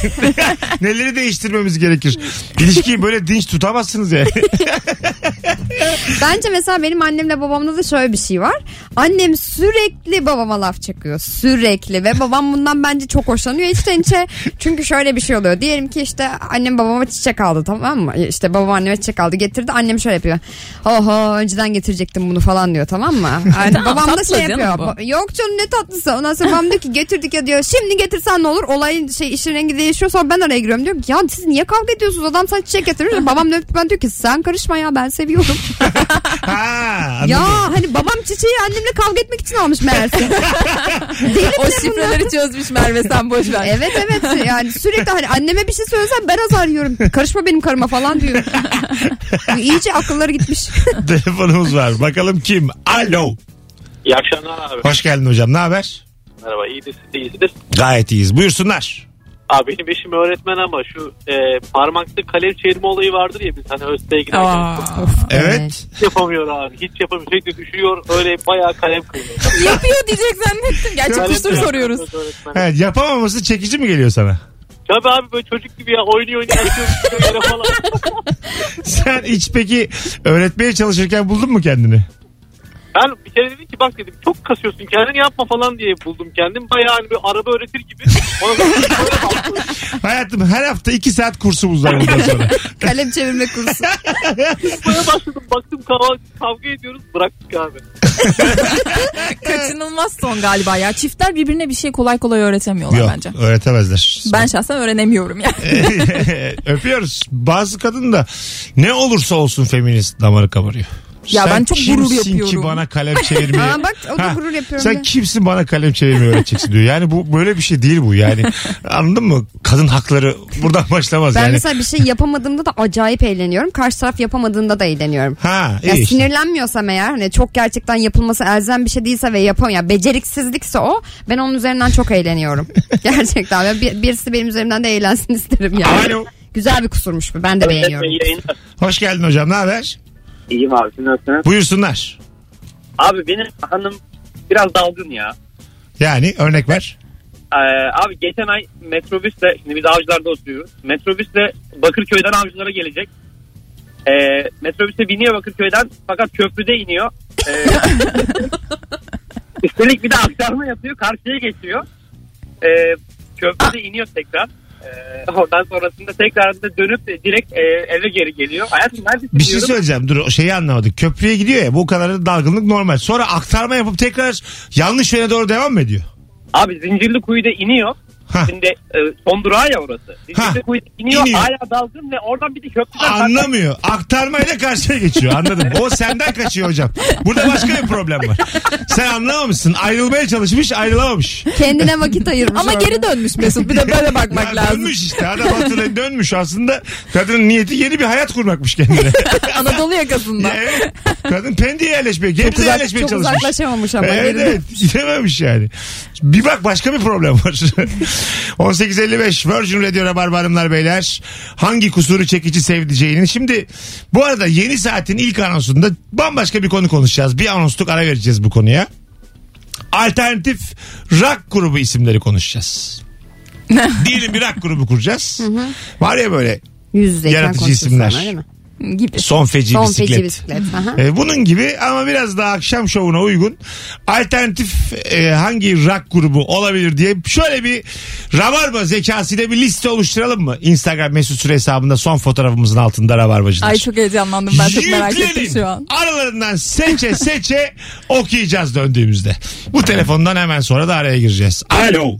Speaker 2: Neleri değiştirmemiz gerekir. İlişkiyi böyle dinç tutamazsınız yani.
Speaker 3: Bence mesela benim annemle babamda da şöyle bir şey var. Annem sürekli babama laf çakıyor. Sürekli ve babam bundan bence çok hoşlanıyor içten içe. Çünkü şöyle bir şey oluyor. Diyelim ki işte annem babama çiçek aldı tamam mı? İşte babam anneme çiçek aldı getirdi. Annem şöyle yapıyor. Oho önceden getirecektim bunu falan diyor tamam mı? Yani
Speaker 4: Tamam,
Speaker 3: babam da
Speaker 4: tatlı
Speaker 3: şey
Speaker 4: canım
Speaker 3: yapıyor.
Speaker 4: bu.
Speaker 3: Yok canım ne tatlısı. Ondan sonra babam diyor ki getirdik ya diyor. Şimdi getirsen ne olur? Olayın şey işin rengi değişiyor. Sonra ben araya giriyorum. Diyorum ki ya siz niye kavga ediyorsunuz? Adam sana çiçek getirir. Babam da ben diyor ki sen karışma ya ben seviyorum.
Speaker 2: Ha, anladım.
Speaker 3: Ya hani babam çiçeği annemle kavga etmek için almış meğerse.
Speaker 4: O şifreleri çözmüş Merve sen boş ver.
Speaker 3: evet evet yani sürekli hani anneme bir şey söylesem ben azar yiyorum. Karışma benim karıma falan diyor. İyice akılları gitmiş.
Speaker 2: Telefonumuz var. Bakalım kim? Alo.
Speaker 8: İyi akşamlar abi.
Speaker 2: Hoş geldin hocam. Ne haber?
Speaker 8: Merhaba. İyidir siz de iyisinizdir.
Speaker 2: Gayet iyiyiz. Buyursunlar.
Speaker 8: Abi benim eşim öğretmen ama şu e, parmakta kalem çevirme olayı vardır ya biz hani ÖST'ye giderken
Speaker 4: Aa,
Speaker 2: Evet.
Speaker 8: hiç yapamıyor abi. Hiç yapamıyor. Sürekli düşüyor. Öyle bayağı kalem kırıyor.
Speaker 4: yapıyor diyecek zannettim. Gerçi kusur soruyoruz.
Speaker 8: Öğretmen.
Speaker 2: Evet, yapamaması çekici mi geliyor sana?
Speaker 8: Tabii abi böyle çocuk gibi ya oynuyor oynuyor. atıyor, atıyor yere falan.
Speaker 2: Sen hiç peki öğretmeye çalışırken buldun mu kendini?
Speaker 8: Ben bir kere dedim ki bak dedim çok kasıyorsun kendini yapma falan diye buldum kendim. Bayağı hani bir araba öğretir gibi. Ona da-
Speaker 2: Hayatım her hafta 2 saat kursumuz var bundan sonra.
Speaker 3: Kalem çevirme kursu.
Speaker 8: Bana başladım baktım kavga, kavga ediyoruz bıraktık abi.
Speaker 4: Kaçınılmaz son galiba ya. Çiftler birbirine bir şey kolay kolay öğretemiyorlar
Speaker 2: Yok
Speaker 4: bence.
Speaker 2: öğretemezler.
Speaker 4: Ben şahsen öğrenemiyorum yani.
Speaker 2: Öpüyoruz. Bazı kadın da ne olursa olsun feminist damarı kabarıyor.
Speaker 4: Ya ben çok gurur
Speaker 2: kimsin ki
Speaker 4: yapıyorum.
Speaker 2: bana kalem çevirmeye?
Speaker 3: Aa, bak, o da gurur yapıyorum
Speaker 2: Sen
Speaker 3: de.
Speaker 2: kimsin bana kalem çevirmeyi öğreteceksin diyor. Yani bu böyle bir şey değil bu. Yani anladın mı? Kadın hakları buradan başlamaz
Speaker 3: Ben
Speaker 2: yani.
Speaker 3: mesela bir şey yapamadığımda da acayip eğleniyorum. Karşı taraf yapamadığında da eğleniyorum.
Speaker 2: Ha, iyi
Speaker 3: Ya
Speaker 2: işte.
Speaker 3: sinirlenmiyorsam eğer hani çok gerçekten yapılması elzem bir şey değilse ve yapam ya beceriksizlikse o ben onun üzerinden çok eğleniyorum. gerçekten ve bir, birisi benim üzerimden de eğlensin isterim yani.
Speaker 2: Alo.
Speaker 3: Güzel bir kusurmuş bu ben de beğeniyorum.
Speaker 2: Hoş geldin hocam. Ne haber?
Speaker 8: İyiyim abi siz nasılsınız?
Speaker 2: Buyursunlar.
Speaker 8: Abi benim hanım biraz dalgın ya.
Speaker 2: Yani örnek ver.
Speaker 8: Ee, abi geçen ay metrobüsle şimdi biz avcılarda oturuyoruz. Metrobüsle Bakırköy'den avcılara gelecek. Ee, metrobüse biniyor Bakırköy'den fakat köprüde iniyor. Ee, üstelik bir de aktarma yapıyor karşıya geçiyor. Ee, köprüde iniyor tekrar. Ee, oradan sonrasında tekrar da dönüp direkt e, eve geri geliyor. Hayatım neredesin
Speaker 2: Bir şey
Speaker 8: diyorum.
Speaker 2: söyleyeceğim. Dur o şeyi anlamadık. Köprüye gidiyor ya bu kadar da dalgınlık normal. Sonra aktarma yapıp tekrar yanlış yöne doğru devam mı ediyor?
Speaker 8: Abi zincirli kuyuda iniyor.
Speaker 2: Hah.
Speaker 8: Şimdi e, son durağı ya orası.
Speaker 2: Ha.
Speaker 8: Zincirli kuyuda iniyor,
Speaker 2: İniyor.
Speaker 8: hala dalgın ve oradan bir de köprüden
Speaker 2: Anlamıyor. Aktarmayla karşıya geçiyor. Anladım. O senden kaçıyor hocam. Burada başka bir problem var. Sen anlamamışsın. Ayrılmaya çalışmış ayrılamamış.
Speaker 3: Kendine vakit ayırmış
Speaker 4: Ama
Speaker 3: orada.
Speaker 4: geri dönmüş Mesut. Bir de böyle bakmak
Speaker 2: Ya
Speaker 4: lazım.
Speaker 2: Dönmüş işte. Adam hatırlayın dönmüş. Aslında kadının niyeti yeni bir hayat kurmakmış kendine.
Speaker 4: Anadolu yakasında.
Speaker 2: Ya evet. Kadın Pendik'e yerleşmeye,
Speaker 3: çok,
Speaker 2: Gebze'ye
Speaker 3: uzak-
Speaker 2: yerleşmeye
Speaker 3: çok
Speaker 2: çalışmış.
Speaker 3: uzaklaşamamış ama.
Speaker 2: Evet
Speaker 3: geri
Speaker 2: evet gidememiş yani. Bir bak başka bir problem var. 1855 Virgin Radio Rabarba Hanımlar Beyler. Hangi kusuru çekici sevdiceğinin. Şimdi bu arada yeni saatin ilk anonsunda bambaşka bir konu konuşacağız. Bir anonsluk ara vereceğiz bu konuya. Alternatif rock grubu isimleri konuşacağız. Diyelim bir rock grubu kuracağız. Var ya böyle
Speaker 3: Yüz yüzeyken
Speaker 2: Yaratıcı
Speaker 3: konuşuyorsun
Speaker 2: isimler.
Speaker 3: sonra, değil mi?
Speaker 4: Gibi.
Speaker 2: son feci
Speaker 3: Son
Speaker 2: bisiklet.
Speaker 3: feci bisiklet. aha.
Speaker 2: Ee, bunun gibi ama biraz daha akşam şovuna uygun alternatif e, hangi rock grubu olabilir diye şöyle bir rabarba zekasıyla bir liste oluşturalım mı? Instagram mesut süre hesabında son fotoğrafımızın altında rabarbacılar.
Speaker 4: Ay çok heyecanlandım ben çok merak ettim
Speaker 2: Yüklenin.
Speaker 4: şu an.
Speaker 2: Aralarından seçe seçe okuyacağız döndüğümüzde. Bu telefondan hemen sonra da araya gireceğiz. Alo.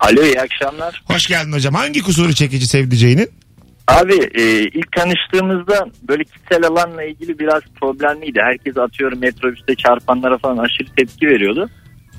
Speaker 6: Alo iyi akşamlar.
Speaker 2: Hoş geldin hocam. Hangi kusuru çekici sevdiceğinin?
Speaker 6: Abi e, ilk tanıştığımızda böyle kişisel alanla ilgili biraz problemliydi. Herkes atıyorum metrobüste çarpanlara falan aşırı tepki veriyordu.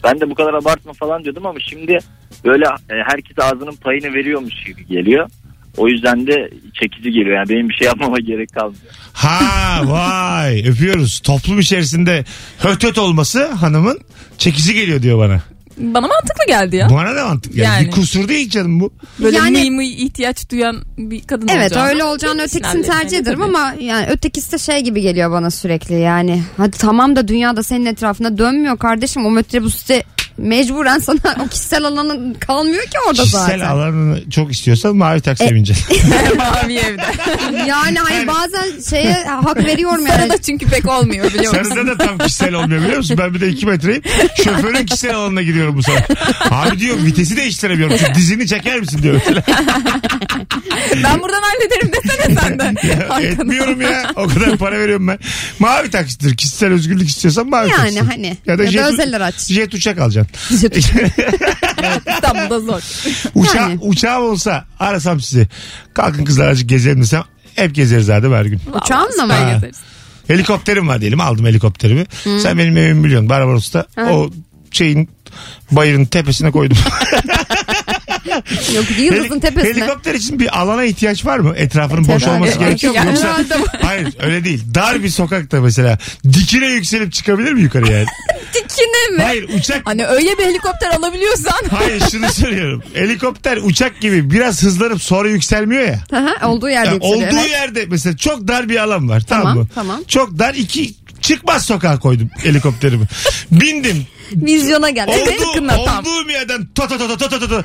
Speaker 6: Ben de bu kadar abartma falan diyordum ama şimdi böyle e, herkes ağzının payını veriyormuş gibi geliyor. O yüzden de çekici geliyor. Yani benim bir şey yapmama gerek kalmıyor.
Speaker 2: Ha vay öpüyoruz. Toplum içerisinde höt höt olması hanımın çekici geliyor diyor bana.
Speaker 4: Bana mantıklı geldi ya.
Speaker 2: Bana da mantık. Yani,
Speaker 4: Yani.
Speaker 2: Bir kusur değil canım bu.
Speaker 4: Böyle
Speaker 3: Yani-
Speaker 4: mıy mıy ihtiyaç duyan bir kadın
Speaker 3: Evet
Speaker 4: olacağını.
Speaker 3: öyle olacağını ötekisini
Speaker 4: Sinirlenmeye
Speaker 3: tercih ederim
Speaker 4: tabii.
Speaker 3: ama yani ötekisi de şey gibi geliyor bana sürekli yani. Hadi tamam da dünyada senin etrafında dönmüyor kardeşim. O metrobüste mecburen sana o kişisel alanın kalmıyor ki orada zaten. E,
Speaker 2: Kişisel alanını çok istiyorsan mavi taksiye bineceksin.
Speaker 4: Mavi evde.
Speaker 3: Yani hayır bazen şeye hak veriyorum yani.
Speaker 4: Sarıda çünkü pek olmuyor biliyor musun?
Speaker 2: Sarıda da tam kişisel olmuyor biliyor musun? Ben bir de 2 metreyim. Şoförün kişisel alanına gidiyorum bu sefer. Abi diyor vitesi değiştiremiyorum. Şu dizini çeker misin diyor. mesela.
Speaker 4: ben buradan hallederim desene sen de. Arkadan.
Speaker 2: Etmiyorum ya. O kadar para veriyorum ben. Mavi taksidir. Kişisel özgürlük istiyorsan mavi
Speaker 3: Yani
Speaker 2: taksidir.
Speaker 3: hani. Ya da özel araç.
Speaker 2: Jet uçak alacaksın.
Speaker 3: Jet
Speaker 4: İstanbul'da zor.
Speaker 2: Uça
Speaker 3: Yani.
Speaker 2: Uçağım olsa arasam sizi. Kalkın kızlar azıcık gezelim desem. Hep gezeriz zaten her gün.
Speaker 3: Uçağınla mı?
Speaker 4: Vallahi süper
Speaker 2: Ha.
Speaker 4: gezeriz.
Speaker 2: Helikopterim var diyelim aldım helikopterimi. Sen benim evimi biliyorsun Barbaros'ta. O şeyin bayırın tepesine koydum.
Speaker 3: Yok yıldızın
Speaker 2: Heli-
Speaker 3: tepesine.
Speaker 2: Helikopter için bir alana ihtiyaç var mı? Etrafının boş
Speaker 3: tabii.
Speaker 2: olması
Speaker 3: E,
Speaker 2: gerekiyor mu?
Speaker 4: yani
Speaker 2: Yoksa...
Speaker 4: herhalde bu-
Speaker 2: Hayır öyle değil. Dar bir sokakta mesela dikine yükselip çıkabilir mi yukarı yani?
Speaker 4: Dikine mi?
Speaker 2: Hayır uçak
Speaker 4: Hani öyle bir helikopter alabiliyorsan.
Speaker 2: Hayır şunu söylüyorum. Helikopter uçak gibi biraz hızlanıp sonra yükselmiyor ya.
Speaker 3: Aha, olduğu yerde
Speaker 2: Ya
Speaker 3: yükseliyor.
Speaker 2: olduğu
Speaker 3: Evet.
Speaker 2: yerde mesela çok dar bir alan var tamam,
Speaker 3: Tamam,
Speaker 2: mı?
Speaker 3: tamam.
Speaker 2: Çok dar iki çıkmaz sokağa koydum helikopterimi. Bindim.
Speaker 3: Vizyona gel. Evet.
Speaker 2: Olduğu,
Speaker 4: yakında tam.
Speaker 2: olduğum yerden to to to to to to to to.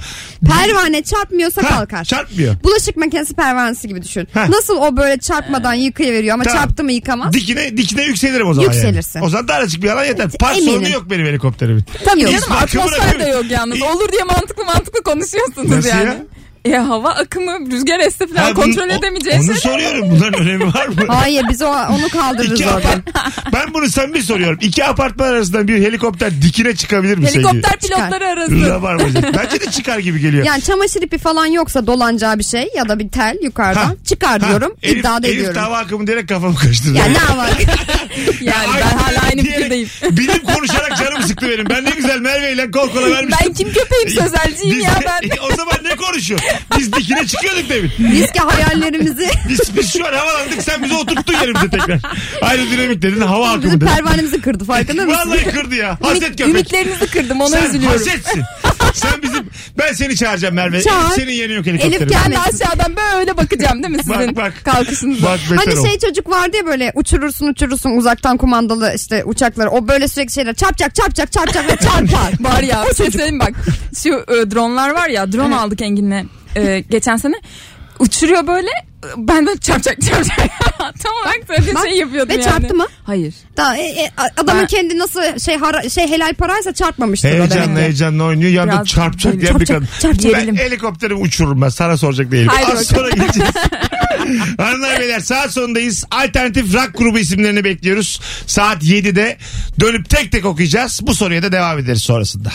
Speaker 3: Pervane çarpmıyorsa
Speaker 2: Ha,
Speaker 3: kalkar.
Speaker 2: Çarpmıyor.
Speaker 3: Bulaşık makinesi pervanesi gibi düşün.
Speaker 2: Ha. Ee,
Speaker 3: Nasıl o böyle çarpmadan yıkayıveriyor ama
Speaker 2: Tamam.
Speaker 3: çarptı mı yıkamaz?
Speaker 2: Dikine, dikine yükselirim o zaman yani.
Speaker 3: Yükselirsin.
Speaker 2: O zaman daracık bir alan yeter. Park
Speaker 3: eminim.
Speaker 2: sorunu yok benim helikopterimin.
Speaker 3: Tabii.
Speaker 4: Canım
Speaker 2: Bakımı
Speaker 4: atmosfer de
Speaker 2: bırakıyorum.
Speaker 4: yok yalnız. Olur diye mantıklı mantıklı konuşuyorsunuz
Speaker 2: Nasıl
Speaker 4: yani.
Speaker 2: ya?
Speaker 4: E, hava akımı, rüzgar esti falan
Speaker 2: Ha, bunu-
Speaker 4: kontrol
Speaker 2: o-
Speaker 4: edemeyeceğiz.
Speaker 2: Onu şey soruyorum. Bunların önemi var mı?
Speaker 3: Hayır biz o, onu kaldırırız
Speaker 2: İki
Speaker 3: orada.
Speaker 2: apart- ben bunu samimi soruyorum. İki apartman arasından bir helikopter dikine çıkabilir mi
Speaker 3: Çıkar.
Speaker 4: Helikopter pilotları
Speaker 2: sevgili?
Speaker 4: arası.
Speaker 2: Rabarbacı. Bence de çıkar gibi geliyor.
Speaker 3: Yani çamaşır ipi falan yoksa dolanacağı bir şey ya da bir tel yukarıdan
Speaker 2: Ha.
Speaker 3: çıkar
Speaker 2: Ha,
Speaker 3: diyorum.
Speaker 2: Elif,
Speaker 3: iddia da
Speaker 2: Elif
Speaker 3: ediyorum.
Speaker 2: dava akımı diyerek kafamı karıştırdı.
Speaker 3: Ya ne var?
Speaker 4: Yani ben hala aynı
Speaker 2: diyerek
Speaker 4: fikirdeyim.
Speaker 2: Bilim konuşarak canım sıktı benim. Ben ne güzel Merve ile kol kola vermiştim.
Speaker 4: Ben kim köpeğim sözelciyim
Speaker 2: Biz-
Speaker 4: ya ben.
Speaker 2: o zaman ne konuşuyor? Biz dikine çıkıyorduk demin.
Speaker 3: biz ki hayallerimizi
Speaker 2: Biz, biz şu an havalandık sen bizi oturttun yerimize tekrar. Aynı dinamik dedin hava akımı
Speaker 3: bizim
Speaker 2: dedin.
Speaker 3: pervanemizi kırdı farkında mısın?
Speaker 2: Vallahi kırdı ya. Haset
Speaker 4: Ümit,
Speaker 2: köpek.
Speaker 4: ümitlerinizi kırdım ona
Speaker 2: sen
Speaker 4: üzülüyorum.
Speaker 2: hasetsin. sen bizim ben seni çağıracağım Merve.
Speaker 3: Çağır.
Speaker 2: Elif senin yeni yok helikopterin.
Speaker 3: Elif
Speaker 4: Ben de
Speaker 3: gelmesin.
Speaker 4: aşağıdan böyle bakacağım değil mi
Speaker 2: Bak
Speaker 4: sizin
Speaker 2: bak.
Speaker 4: kalkışınıza?
Speaker 2: Bak beter
Speaker 3: Hani
Speaker 2: ol.
Speaker 3: şey çocuk vardı ya böyle uçurursun uçurursun uzaktan kumandalı işte uçakları. O böyle sürekli şeyler çarpacak çarpacak çarpacak ve çarpar.
Speaker 4: Var ya bir şey söyleyeyim bak. Şu e, dronlar var ya drone aldık Engin'le e, geçen sene. Uçuruyor böyle ben böyle çarpacak çarpacak. Tam olarak böyle
Speaker 3: Bak,
Speaker 4: şey yapıyordum
Speaker 3: ve
Speaker 4: yani.
Speaker 3: çarptı mı?
Speaker 4: Hayır.
Speaker 3: Daha, e, e, adamın
Speaker 4: Ben-
Speaker 3: kendi nasıl şey hara- şey helal paraysa çarpmamıştır o demek
Speaker 2: Heyecanla
Speaker 3: ki.
Speaker 2: heyecanla oynuyor. Yanında
Speaker 4: Biraz
Speaker 2: çarpacak diye
Speaker 4: çarpacak,
Speaker 2: bir kadın.
Speaker 4: çarpacak.
Speaker 2: Ben
Speaker 4: Gerilim.
Speaker 2: helikopteri uçururum ben. Sana soracak değilim.
Speaker 4: Haydi
Speaker 2: Az
Speaker 4: bakalım.
Speaker 2: sonra geleceğiz. Hanımlar beyler saat sonundayız. Alternatif rock grubu isimlerini bekliyoruz. Saat 7'de dönüp tek tek okuyacağız. Bu soruya da devam ederiz sonrasında.